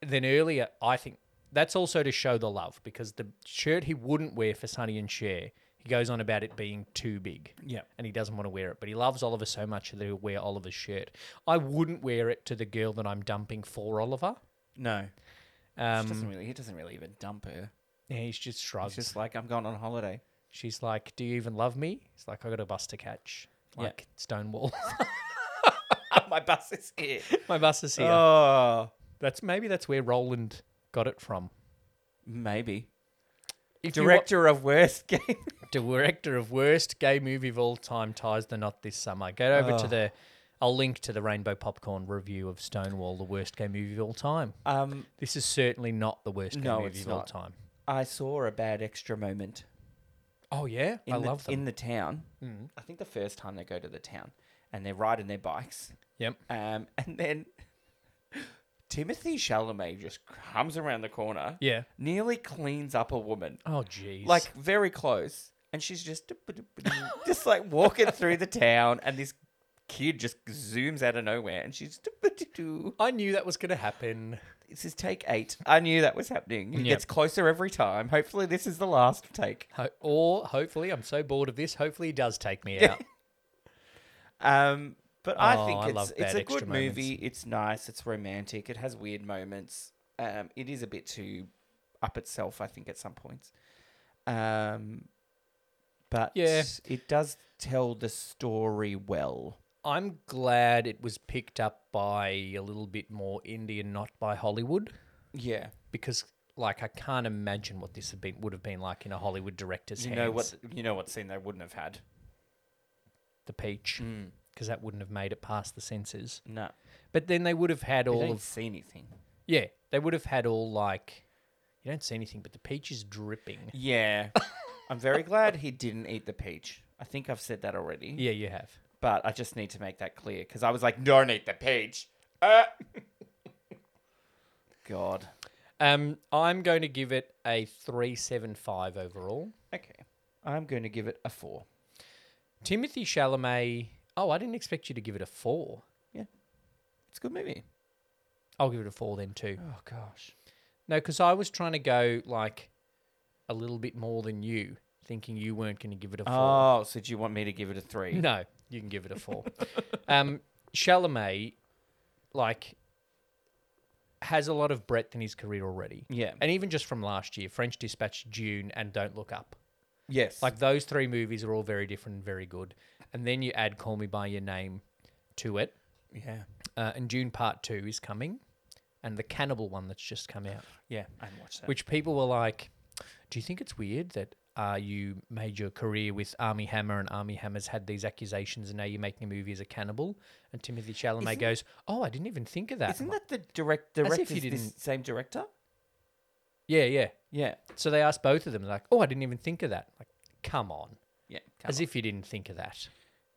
[SPEAKER 2] Then earlier, I think that's also to show the love because the shirt he wouldn't wear for Sonny and Cher, he goes on about it being too big.
[SPEAKER 3] Yeah.
[SPEAKER 2] And he doesn't want to wear it, but he loves Oliver so much that he'll wear Oliver's shirt. I wouldn't wear it to the girl that I'm dumping for Oliver.
[SPEAKER 3] No. She doesn't
[SPEAKER 2] Um,
[SPEAKER 3] really, he doesn't really even dump her.
[SPEAKER 2] yeah, he's just shrugs.
[SPEAKER 3] It's just like, I'm going on holiday.
[SPEAKER 2] She's like, "Do you even love me?" He's like, "I got a bus to catch."
[SPEAKER 3] Yeah.
[SPEAKER 2] Like Stonewall, Ah.
[SPEAKER 3] My bus is here.
[SPEAKER 2] my bus is here.
[SPEAKER 3] Oh.
[SPEAKER 2] That's maybe that's where Roland got it from.
[SPEAKER 3] Maybe.
[SPEAKER 2] If you wa-
[SPEAKER 3] Director of Worst Game.
[SPEAKER 2] director of worst gay movie of all time ties the knot this summer. Go over to
[SPEAKER 3] Oh.
[SPEAKER 2] the. I'll link to the Rainbow Popcorn review of Stonewall, the worst gay movie of all time.
[SPEAKER 3] um,
[SPEAKER 2] This is certainly not the worst gay
[SPEAKER 3] No,
[SPEAKER 2] movie
[SPEAKER 3] it's
[SPEAKER 2] of all
[SPEAKER 3] not.
[SPEAKER 2] time.
[SPEAKER 3] I saw a bad extra moment
[SPEAKER 2] Oh yeah,
[SPEAKER 3] in,
[SPEAKER 2] I
[SPEAKER 3] the,
[SPEAKER 2] love them.
[SPEAKER 3] in the town.
[SPEAKER 2] Mm.
[SPEAKER 3] I think the first time they go to the town and they're riding their bikes.
[SPEAKER 2] Yep.
[SPEAKER 3] Um, and then Timothy Chalamet just comes around the corner,
[SPEAKER 2] Yeah.
[SPEAKER 3] nearly cleans up a woman.
[SPEAKER 2] Oh jeez.
[SPEAKER 3] like very close, and she's just just like walking through the town, and this kid just zooms out of nowhere, and she's
[SPEAKER 2] I knew that was going to happen.
[SPEAKER 3] this is take eight. I knew that was happening. It
[SPEAKER 2] Yeah.
[SPEAKER 3] gets closer every time. Hopefully, this is the last take.
[SPEAKER 2] Ho- or hopefully, I'm so bored of this. Hopefully, he does take me out.
[SPEAKER 3] Um, but I
[SPEAKER 2] Oh,
[SPEAKER 3] think
[SPEAKER 2] I
[SPEAKER 3] it's
[SPEAKER 2] love
[SPEAKER 3] it's
[SPEAKER 2] bad
[SPEAKER 3] a
[SPEAKER 2] extra
[SPEAKER 3] good
[SPEAKER 2] moments.
[SPEAKER 3] movie. It's nice. It's romantic. It has weird moments. Um, it is a bit too up itself, I think, at some points. Um, but
[SPEAKER 2] Yeah.
[SPEAKER 3] it does tell the story well.
[SPEAKER 2] I'm glad it was picked up by a little bit more Indian, not by Hollywood,
[SPEAKER 3] Yeah.
[SPEAKER 2] because like I can't imagine what this had been would have been like in a Hollywood director's
[SPEAKER 3] You
[SPEAKER 2] hands.
[SPEAKER 3] know what? You know what scene they wouldn't have had.
[SPEAKER 2] The peach,
[SPEAKER 3] Hmm.
[SPEAKER 2] because that wouldn't have made it past the censors.
[SPEAKER 3] No,
[SPEAKER 2] But then they would have had
[SPEAKER 3] you
[SPEAKER 2] all
[SPEAKER 3] don't
[SPEAKER 2] of
[SPEAKER 3] see anything.
[SPEAKER 2] yeah, they would have had all like you don't see anything, but the peach is dripping.
[SPEAKER 3] Yeah, I'm very glad he didn't eat the peach. I think I've said that already,
[SPEAKER 2] Yeah, you have.
[SPEAKER 3] but I just need to make that clear because I was like, "Don't eat the peach." Uh. God.
[SPEAKER 2] Um, I'm going to give it a three seven five overall.
[SPEAKER 3] Okay, I'm going to give it a four.
[SPEAKER 2] Timothy Chalamet. Oh, I didn't expect you to give it a four.
[SPEAKER 3] It's a good movie.
[SPEAKER 2] I'll give it a four then too.
[SPEAKER 3] Oh gosh.
[SPEAKER 2] No, because I was trying to go like a little bit more than you, thinking you weren't going to give it a four.
[SPEAKER 3] Oh, so do you want me to give it a three?
[SPEAKER 2] no, you can give it a four. um, Chalamet, like, has a lot of breadth in his career already.
[SPEAKER 3] Yeah.
[SPEAKER 2] And even just from last year, French Dispatch, June, and Don't Look Up.
[SPEAKER 3] Yes.
[SPEAKER 2] Like, those three movies are all very different and very good. And then you add Call Me By Your Name to it.
[SPEAKER 3] yeah.
[SPEAKER 2] Uh, and June Part 2 is coming. And the cannibal one that's just come out.
[SPEAKER 3] Yeah. I haven't watched that.
[SPEAKER 2] which people were like, "Do you think it's weird that uh, you made your career with Army Hammer and Army Hammer's had these accusations, and now you're making a movie as a cannibal?" And Timothy Chalamet
[SPEAKER 3] Isn't-
[SPEAKER 2] goes, "Oh, I didn't even think of that."
[SPEAKER 3] Isn't
[SPEAKER 2] I'm like,
[SPEAKER 3] that the direct
[SPEAKER 2] As if
[SPEAKER 3] director?
[SPEAKER 2] you
[SPEAKER 3] This
[SPEAKER 2] didn't-
[SPEAKER 3] same director?
[SPEAKER 2] yeah, yeah.
[SPEAKER 3] Yeah.
[SPEAKER 2] So they asked both of them, like, "Oh, I didn't even think of that." Like, come on,
[SPEAKER 3] Yeah.
[SPEAKER 2] as if you didn't think of that.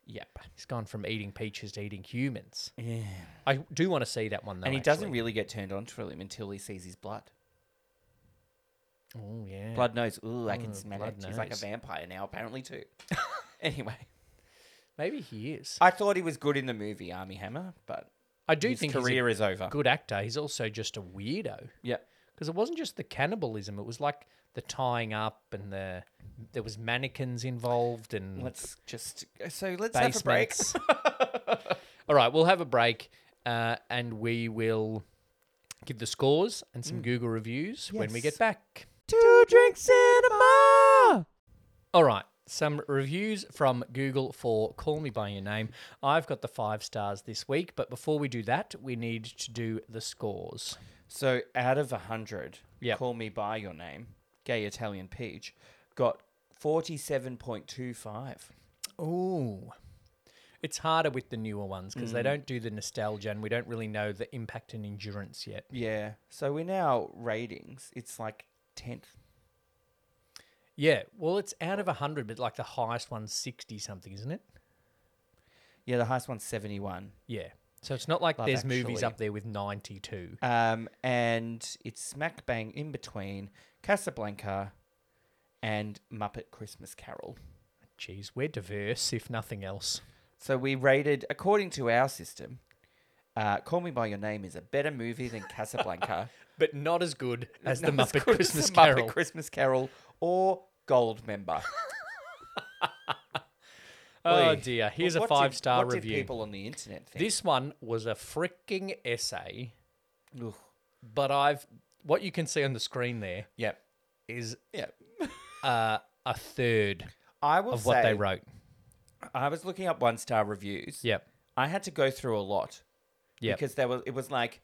[SPEAKER 3] Yep.
[SPEAKER 2] He's gone from eating peaches to eating humans.
[SPEAKER 3] Yeah.
[SPEAKER 2] I do want to see that one though.
[SPEAKER 3] and he doesn't
[SPEAKER 2] actually.
[SPEAKER 3] really get turned on to him until he sees his blood.
[SPEAKER 2] Oh yeah.
[SPEAKER 3] Blood knows. Ooh, I can
[SPEAKER 2] Mm,
[SPEAKER 3] smell it.
[SPEAKER 2] blood
[SPEAKER 3] He's like a
[SPEAKER 2] knows.
[SPEAKER 3] vampire now, apparently too. anyway,
[SPEAKER 2] Maybe he is.
[SPEAKER 3] I thought he was good in the movie Army Hammer, but
[SPEAKER 2] I do
[SPEAKER 3] his
[SPEAKER 2] think he's a
[SPEAKER 3] career is over.
[SPEAKER 2] good actor. He's also just a weirdo.
[SPEAKER 3] Yeah,
[SPEAKER 2] because it wasn't just the cannibalism; it was like the tying up and the there was mannequins involved and
[SPEAKER 3] Let's just so let's have a break.
[SPEAKER 2] basements. All right, we'll have a break, uh, and we will give the scores and some Google reviews when we
[SPEAKER 3] Mm. Yes.
[SPEAKER 2] get back.
[SPEAKER 1] Two Drink Cinema!
[SPEAKER 2] All right. Some reviews from Google for Call Me By Your Name. I've got the five stars this week, but before we do that, we need to do the scores.
[SPEAKER 3] So out of a hundred,
[SPEAKER 2] Yep.
[SPEAKER 3] call me by your name, gay Italian peach, got forty-seven point two five.
[SPEAKER 2] Ooh. It's harder with the newer ones because
[SPEAKER 3] Mm.
[SPEAKER 2] they don't do the nostalgia and we don't really know the impact and endurance yet.
[SPEAKER 3] Yeah. So we're now ratings. It's like tenth.
[SPEAKER 2] Yeah, well, it's out of 100, but like the highest one's 60 something, isn't it?
[SPEAKER 3] Yeah, the highest one's seventy-one.
[SPEAKER 2] Yeah. So it's not like
[SPEAKER 3] Love
[SPEAKER 2] there's movies
[SPEAKER 3] Actually.
[SPEAKER 2] up there with 92.
[SPEAKER 3] Um, and it's smack bang in between Casablanca and Muppet Christmas Carol.
[SPEAKER 2] Jeez, we're diverse, if nothing else.
[SPEAKER 3] So we rated, according to our system, uh, Call Me by Your Name is a better movie than Casablanca.
[SPEAKER 2] But not as good as the
[SPEAKER 3] Not
[SPEAKER 2] Muppet
[SPEAKER 3] good as
[SPEAKER 2] Christmas
[SPEAKER 3] the
[SPEAKER 2] Carol.
[SPEAKER 3] Muppet Christmas Carol or Gold Member.
[SPEAKER 2] Oh dear! Here's a five star
[SPEAKER 3] what
[SPEAKER 2] review.
[SPEAKER 3] Did people on the internet think?
[SPEAKER 2] This one was a freaking essay,
[SPEAKER 3] Ugh.
[SPEAKER 2] but I've what you can see on the screen there
[SPEAKER 3] Yep.
[SPEAKER 2] is
[SPEAKER 3] Yep.
[SPEAKER 2] uh, a third
[SPEAKER 3] I will
[SPEAKER 2] of
[SPEAKER 3] say,
[SPEAKER 2] what they wrote.
[SPEAKER 3] I was looking up one star reviews.
[SPEAKER 2] Yep,
[SPEAKER 3] I had to go through a lot.
[SPEAKER 2] yep.
[SPEAKER 3] Because there was it was like,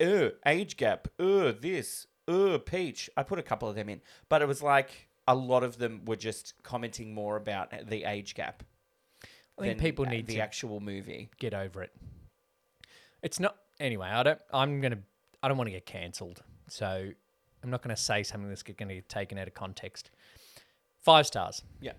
[SPEAKER 3] uh, age gap, uh, this, uh, peach. I put a couple of them in, but it was like a lot of them were just commenting more about the age gap.
[SPEAKER 2] I think
[SPEAKER 3] than
[SPEAKER 2] people
[SPEAKER 3] a-
[SPEAKER 2] need
[SPEAKER 3] the
[SPEAKER 2] to
[SPEAKER 3] actual movie.
[SPEAKER 2] get over it. It's not anyway. I don't. I'm gonna. I don't want to get cancelled, so I'm not gonna say something that's gonna get taken out of context. Five stars.
[SPEAKER 3] Yeah.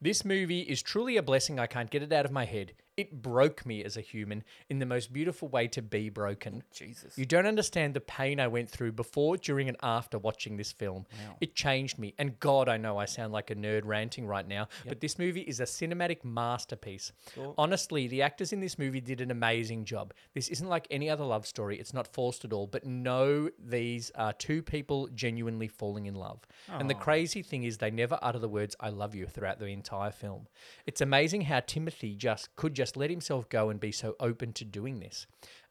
[SPEAKER 2] This movie is truly a blessing. I can't get it out of my head. It broke me as a human in the most beautiful way to be broken.
[SPEAKER 3] Jesus.
[SPEAKER 2] You don't understand the pain I went through before, during, and after watching this film. It changed me. And God, I know I sound like a nerd ranting right now, but this movie is a cinematic masterpiece. Honestly, the actors in this movie did an amazing job. This isn't like any other love story, it's not forced at all, but no, these are two people genuinely falling in love. And the crazy thing is, they never utter the words, I love you, throughout the entire film. It's amazing how Timothy just could just let himself go and be so open to doing this.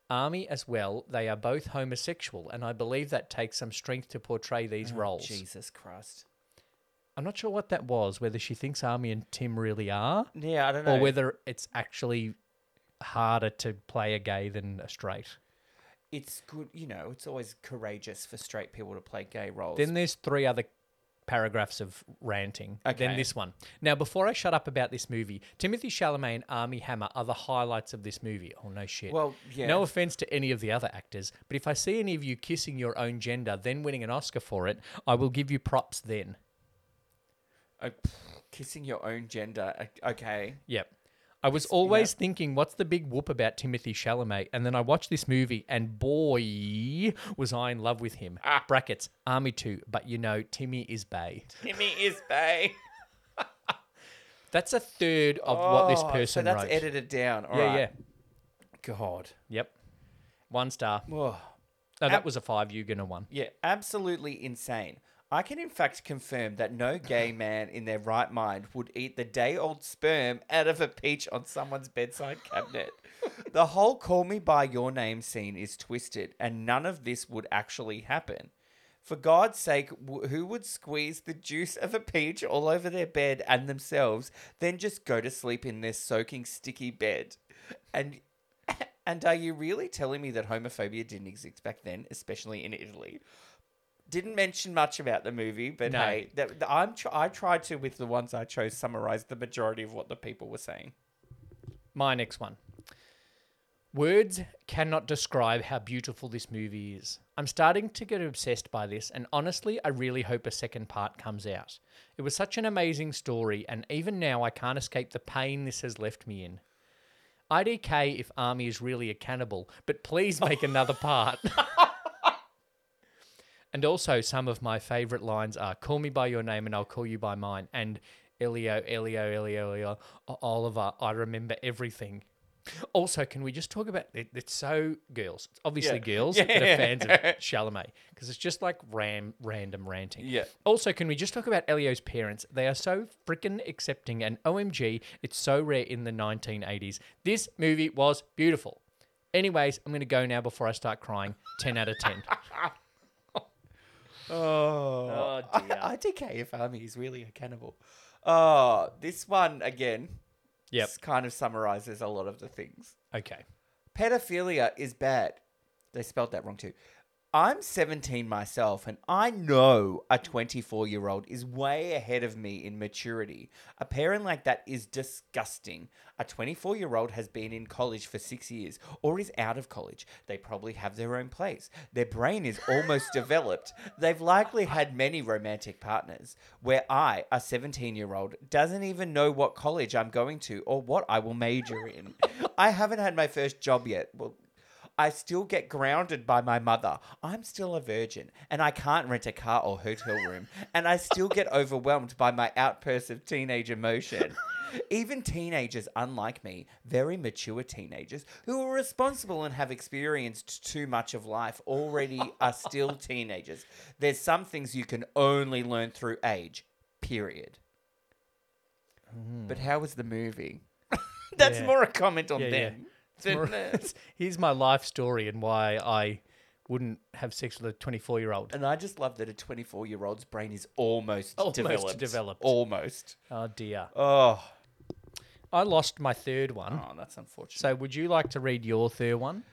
[SPEAKER 2] Army as well, they are both homosexual, and I believe that takes some strength to portray these roles.
[SPEAKER 3] Jesus Christ.
[SPEAKER 2] I'm not sure what that was, whether she thinks Army and Tim really are,
[SPEAKER 3] Yeah, I don't know.
[SPEAKER 2] or whether it's actually harder to play a gay than a straight.
[SPEAKER 3] it's good, you know, it's always courageous for straight people to play gay roles.
[SPEAKER 2] Then there's three other paragraphs of ranting.
[SPEAKER 3] Okay.
[SPEAKER 2] Then this one. Now, before I shut up about this movie, Timothy Chalamet and Army Hammer are the highlights of this movie. Oh, no shit.
[SPEAKER 3] Well, yeah.
[SPEAKER 2] No offense to any of the other actors, but if I see any of you kissing your own gender, then winning an Oscar for it, I will give you props then.
[SPEAKER 3] Uh, pff, kissing your own gender. uh, Okay.
[SPEAKER 2] Yep. I was always thinking, what's the big whoop about Timothy Chalamet? And then I watched this movie, and boy, was I in love with him.
[SPEAKER 3] Ah.
[SPEAKER 2] Brackets, Army 2, but you know, Timmy is Bay.
[SPEAKER 3] Timmy is bay.
[SPEAKER 2] That's a third of what this person
[SPEAKER 3] Oh, So that's
[SPEAKER 2] wrote.
[SPEAKER 3] edited down. All
[SPEAKER 2] yeah,
[SPEAKER 3] right.
[SPEAKER 2] yeah.
[SPEAKER 3] God.
[SPEAKER 2] Yep. One star.
[SPEAKER 3] Whoa.
[SPEAKER 2] No,
[SPEAKER 3] Ab-
[SPEAKER 2] that was a five. You're going to one.
[SPEAKER 3] Yeah, absolutely insane. I can in fact confirm that no gay man in their right mind would eat the day old sperm out of a peach on someone's bedside cabinet. the whole call me by your name scene is twisted, and none of this would actually happen. For God's sake, wh- who would squeeze the juice of a peach all over their bed and themselves, then just go to sleep in their soaking sticky bed? And and are you really telling me that homophobia didn't exist back then, especially in Italy? Didn't mention much about the movie, but
[SPEAKER 2] No.
[SPEAKER 3] hey, that, that- I'm tr- I tried to with the ones I chose summarize the majority of what the people were saying.
[SPEAKER 2] My next one. Words cannot describe how beautiful this movie is. I'm starting to get obsessed by this, and honestly, I really hope a second part comes out. It was such an amazing story, and even now, I can't escape the pain this has left me in. IDK if Army is really a cannibal, but please make another part. and also, some of my favorite lines are Call me by your name and I'll call you by mine, and Elio, Elio, Elio, Elio, O- Oliver, I remember everything. Also, can we just talk about it, it's so girls? It's obviously
[SPEAKER 3] Yeah.
[SPEAKER 2] girls
[SPEAKER 3] Yeah.
[SPEAKER 2] that are fans of Chalamet because it's just like ram random ranting.
[SPEAKER 3] Yeah.
[SPEAKER 2] Also, can we just talk about Elio's parents? They are so freaking accepting, and OMG, it's so rare in the 1980s. This movie was beautiful. Anyways, I'm gonna go now before I start crying. Ten out of ten.
[SPEAKER 3] Oh,
[SPEAKER 2] Oh, dear.
[SPEAKER 3] I, IDK Ifami is really a cannibal. Oh, this one again.
[SPEAKER 2] Yep.
[SPEAKER 3] s- kind of summarizes a lot of the things.
[SPEAKER 2] Okay.
[SPEAKER 3] Pedophilia is bad. They spelled that wrong too. I'm 17 myself, and I know a 24 year old is way ahead of me in maturity. A parent like that is disgusting. A 24 year old has been in college for six years or is out of college. They probably have their own place. Their brain is almost developed. They've likely had many romantic partners. Where I, a 17 year old, doesn't even know what college I'm going to or what I will major in. I haven't had my first job yet. Well, I still get grounded by my mother. I'm still a virgin and I can't rent a car or hotel room. And I still get overwhelmed by my outbursts of teenage emotion. Even teenagers, unlike me, very mature teenagers who are responsible and have experienced too much of life, already are still teenagers. There's some things you can only learn through age, period. But how was the movie? That's
[SPEAKER 2] Hmm. Yeah.
[SPEAKER 3] more a comment on
[SPEAKER 2] Yeah, yeah.
[SPEAKER 3] them. than
[SPEAKER 2] More-
[SPEAKER 3] the-
[SPEAKER 2] Here's my life story and why I wouldn't have sex with a 24 year old.
[SPEAKER 3] And I just love that a 24 year old's brain is almost,
[SPEAKER 2] Almost
[SPEAKER 3] developed.
[SPEAKER 2] developed.
[SPEAKER 3] Almost.
[SPEAKER 2] Oh dear.
[SPEAKER 3] Oh.
[SPEAKER 2] I lost my third one.
[SPEAKER 3] Oh, that's unfortunate.
[SPEAKER 2] So, would you like to read your third one?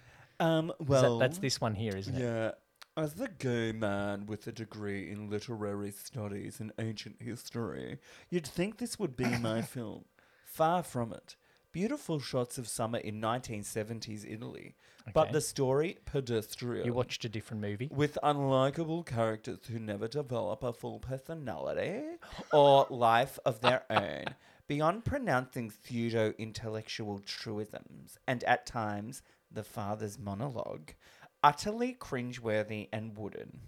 [SPEAKER 3] um,
[SPEAKER 2] Is that, that's this one here, isn't it?
[SPEAKER 3] Yeah. As a gay man with a degree in literary studies and ancient history, you'd think this would be my film. Far from it. Beautiful shots of summer in 1970s Italy, but
[SPEAKER 2] Okay.
[SPEAKER 3] the story pedestrian.
[SPEAKER 2] You watched a different movie.
[SPEAKER 3] with unlikable characters who never develop a full personality or life of their own. Beyond pronouncing pseudo intellectual truisms and at times the father's monologue, utterly cringeworthy and wooden.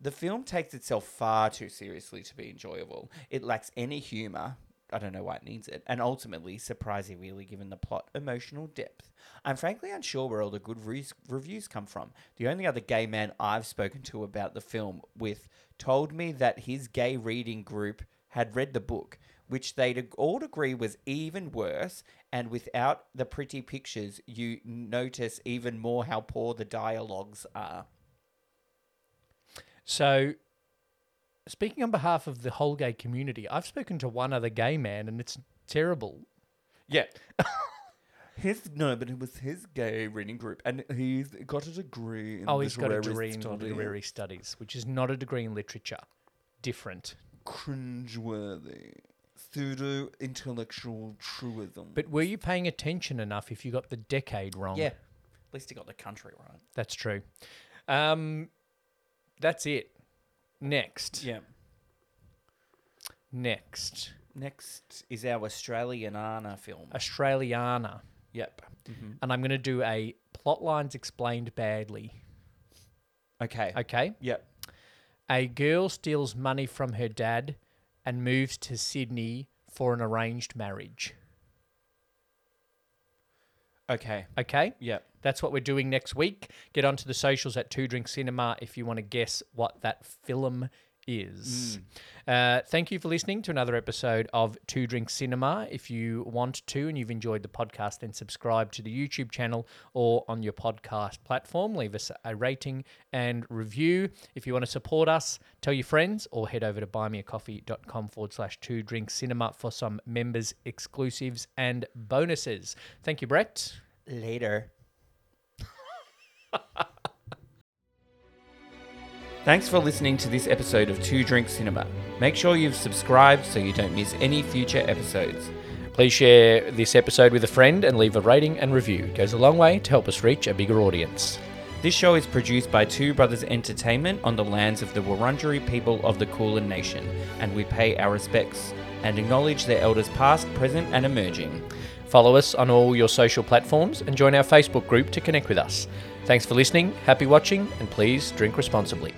[SPEAKER 3] The film takes itself far too seriously to be enjoyable. It lacks any humour. I don't know why it needs it. And ultimately, surprisingly, really given the plot, emotional depth. I'm frankly unsure where all the good re- reviews come from. The only other gay man I've spoken to about the film with told me that his gay reading group had read the book, which they'd ag- all agree was even worse. And without the pretty pictures, you notice even more how poor the dialogues are.
[SPEAKER 2] So, speaking on behalf of the whole gay community, I've spoken to one other gay man and it's terrible.
[SPEAKER 3] Yeah. his no, but it was his gay reading group, and he's got a degree in
[SPEAKER 2] Oh, he's got a
[SPEAKER 3] literary
[SPEAKER 2] degree in
[SPEAKER 3] studies.
[SPEAKER 2] literary studies, which is not a degree in literature. Different.
[SPEAKER 3] cringeworthy pseudo intellectual truism.
[SPEAKER 2] But were you paying attention enough if you got the decade wrong?
[SPEAKER 3] yeah, at least he got the country right.
[SPEAKER 2] That's true. Um, that's it. Next.
[SPEAKER 3] Yeah.
[SPEAKER 2] Next.
[SPEAKER 3] Next is our Australian Anna film. Mm-hmm.
[SPEAKER 2] Australiana.
[SPEAKER 3] yep.
[SPEAKER 2] And I'm going to do a plot lines explained badly.
[SPEAKER 3] Okay.
[SPEAKER 2] Okay.
[SPEAKER 3] Yep.
[SPEAKER 2] A girl steals money from her dad and moves to Sydney for an arranged marriage.
[SPEAKER 3] Okay.
[SPEAKER 2] Okay?
[SPEAKER 3] Yep.
[SPEAKER 2] That's what we're doing next week. Get onto the socials at Two Drink Cinema if you want to guess what that film is. Uh, thank you for listening to another episode of Two Drink Cinema. If you want to and you've enjoyed the podcast, then subscribe to the YouTube channel or on your podcast platform. Leave us a rating and review. If you want to support us, tell your friends or head over to buymeacoffee.com forward slash Two Drink Cinema for some members exclusives and bonuses. Thank you, Brett.
[SPEAKER 3] Later. Thanks for listening to this episode of Two Drink Cinema. Make sure you've subscribed so you don't miss any future episodes.
[SPEAKER 2] Please share this episode with a friend and leave a rating and review. It goes a long way to help us reach a bigger audience.
[SPEAKER 3] This show is produced by Two Brothers Entertainment on the lands of the Wurundjeri people of the Kulin Nation, and we pay our respects and acknowledge their elders past, present, and emerging.
[SPEAKER 2] Follow us on all your social platforms and join our Facebook group to connect with us. Thanks for listening, happy watching, and please drink responsibly.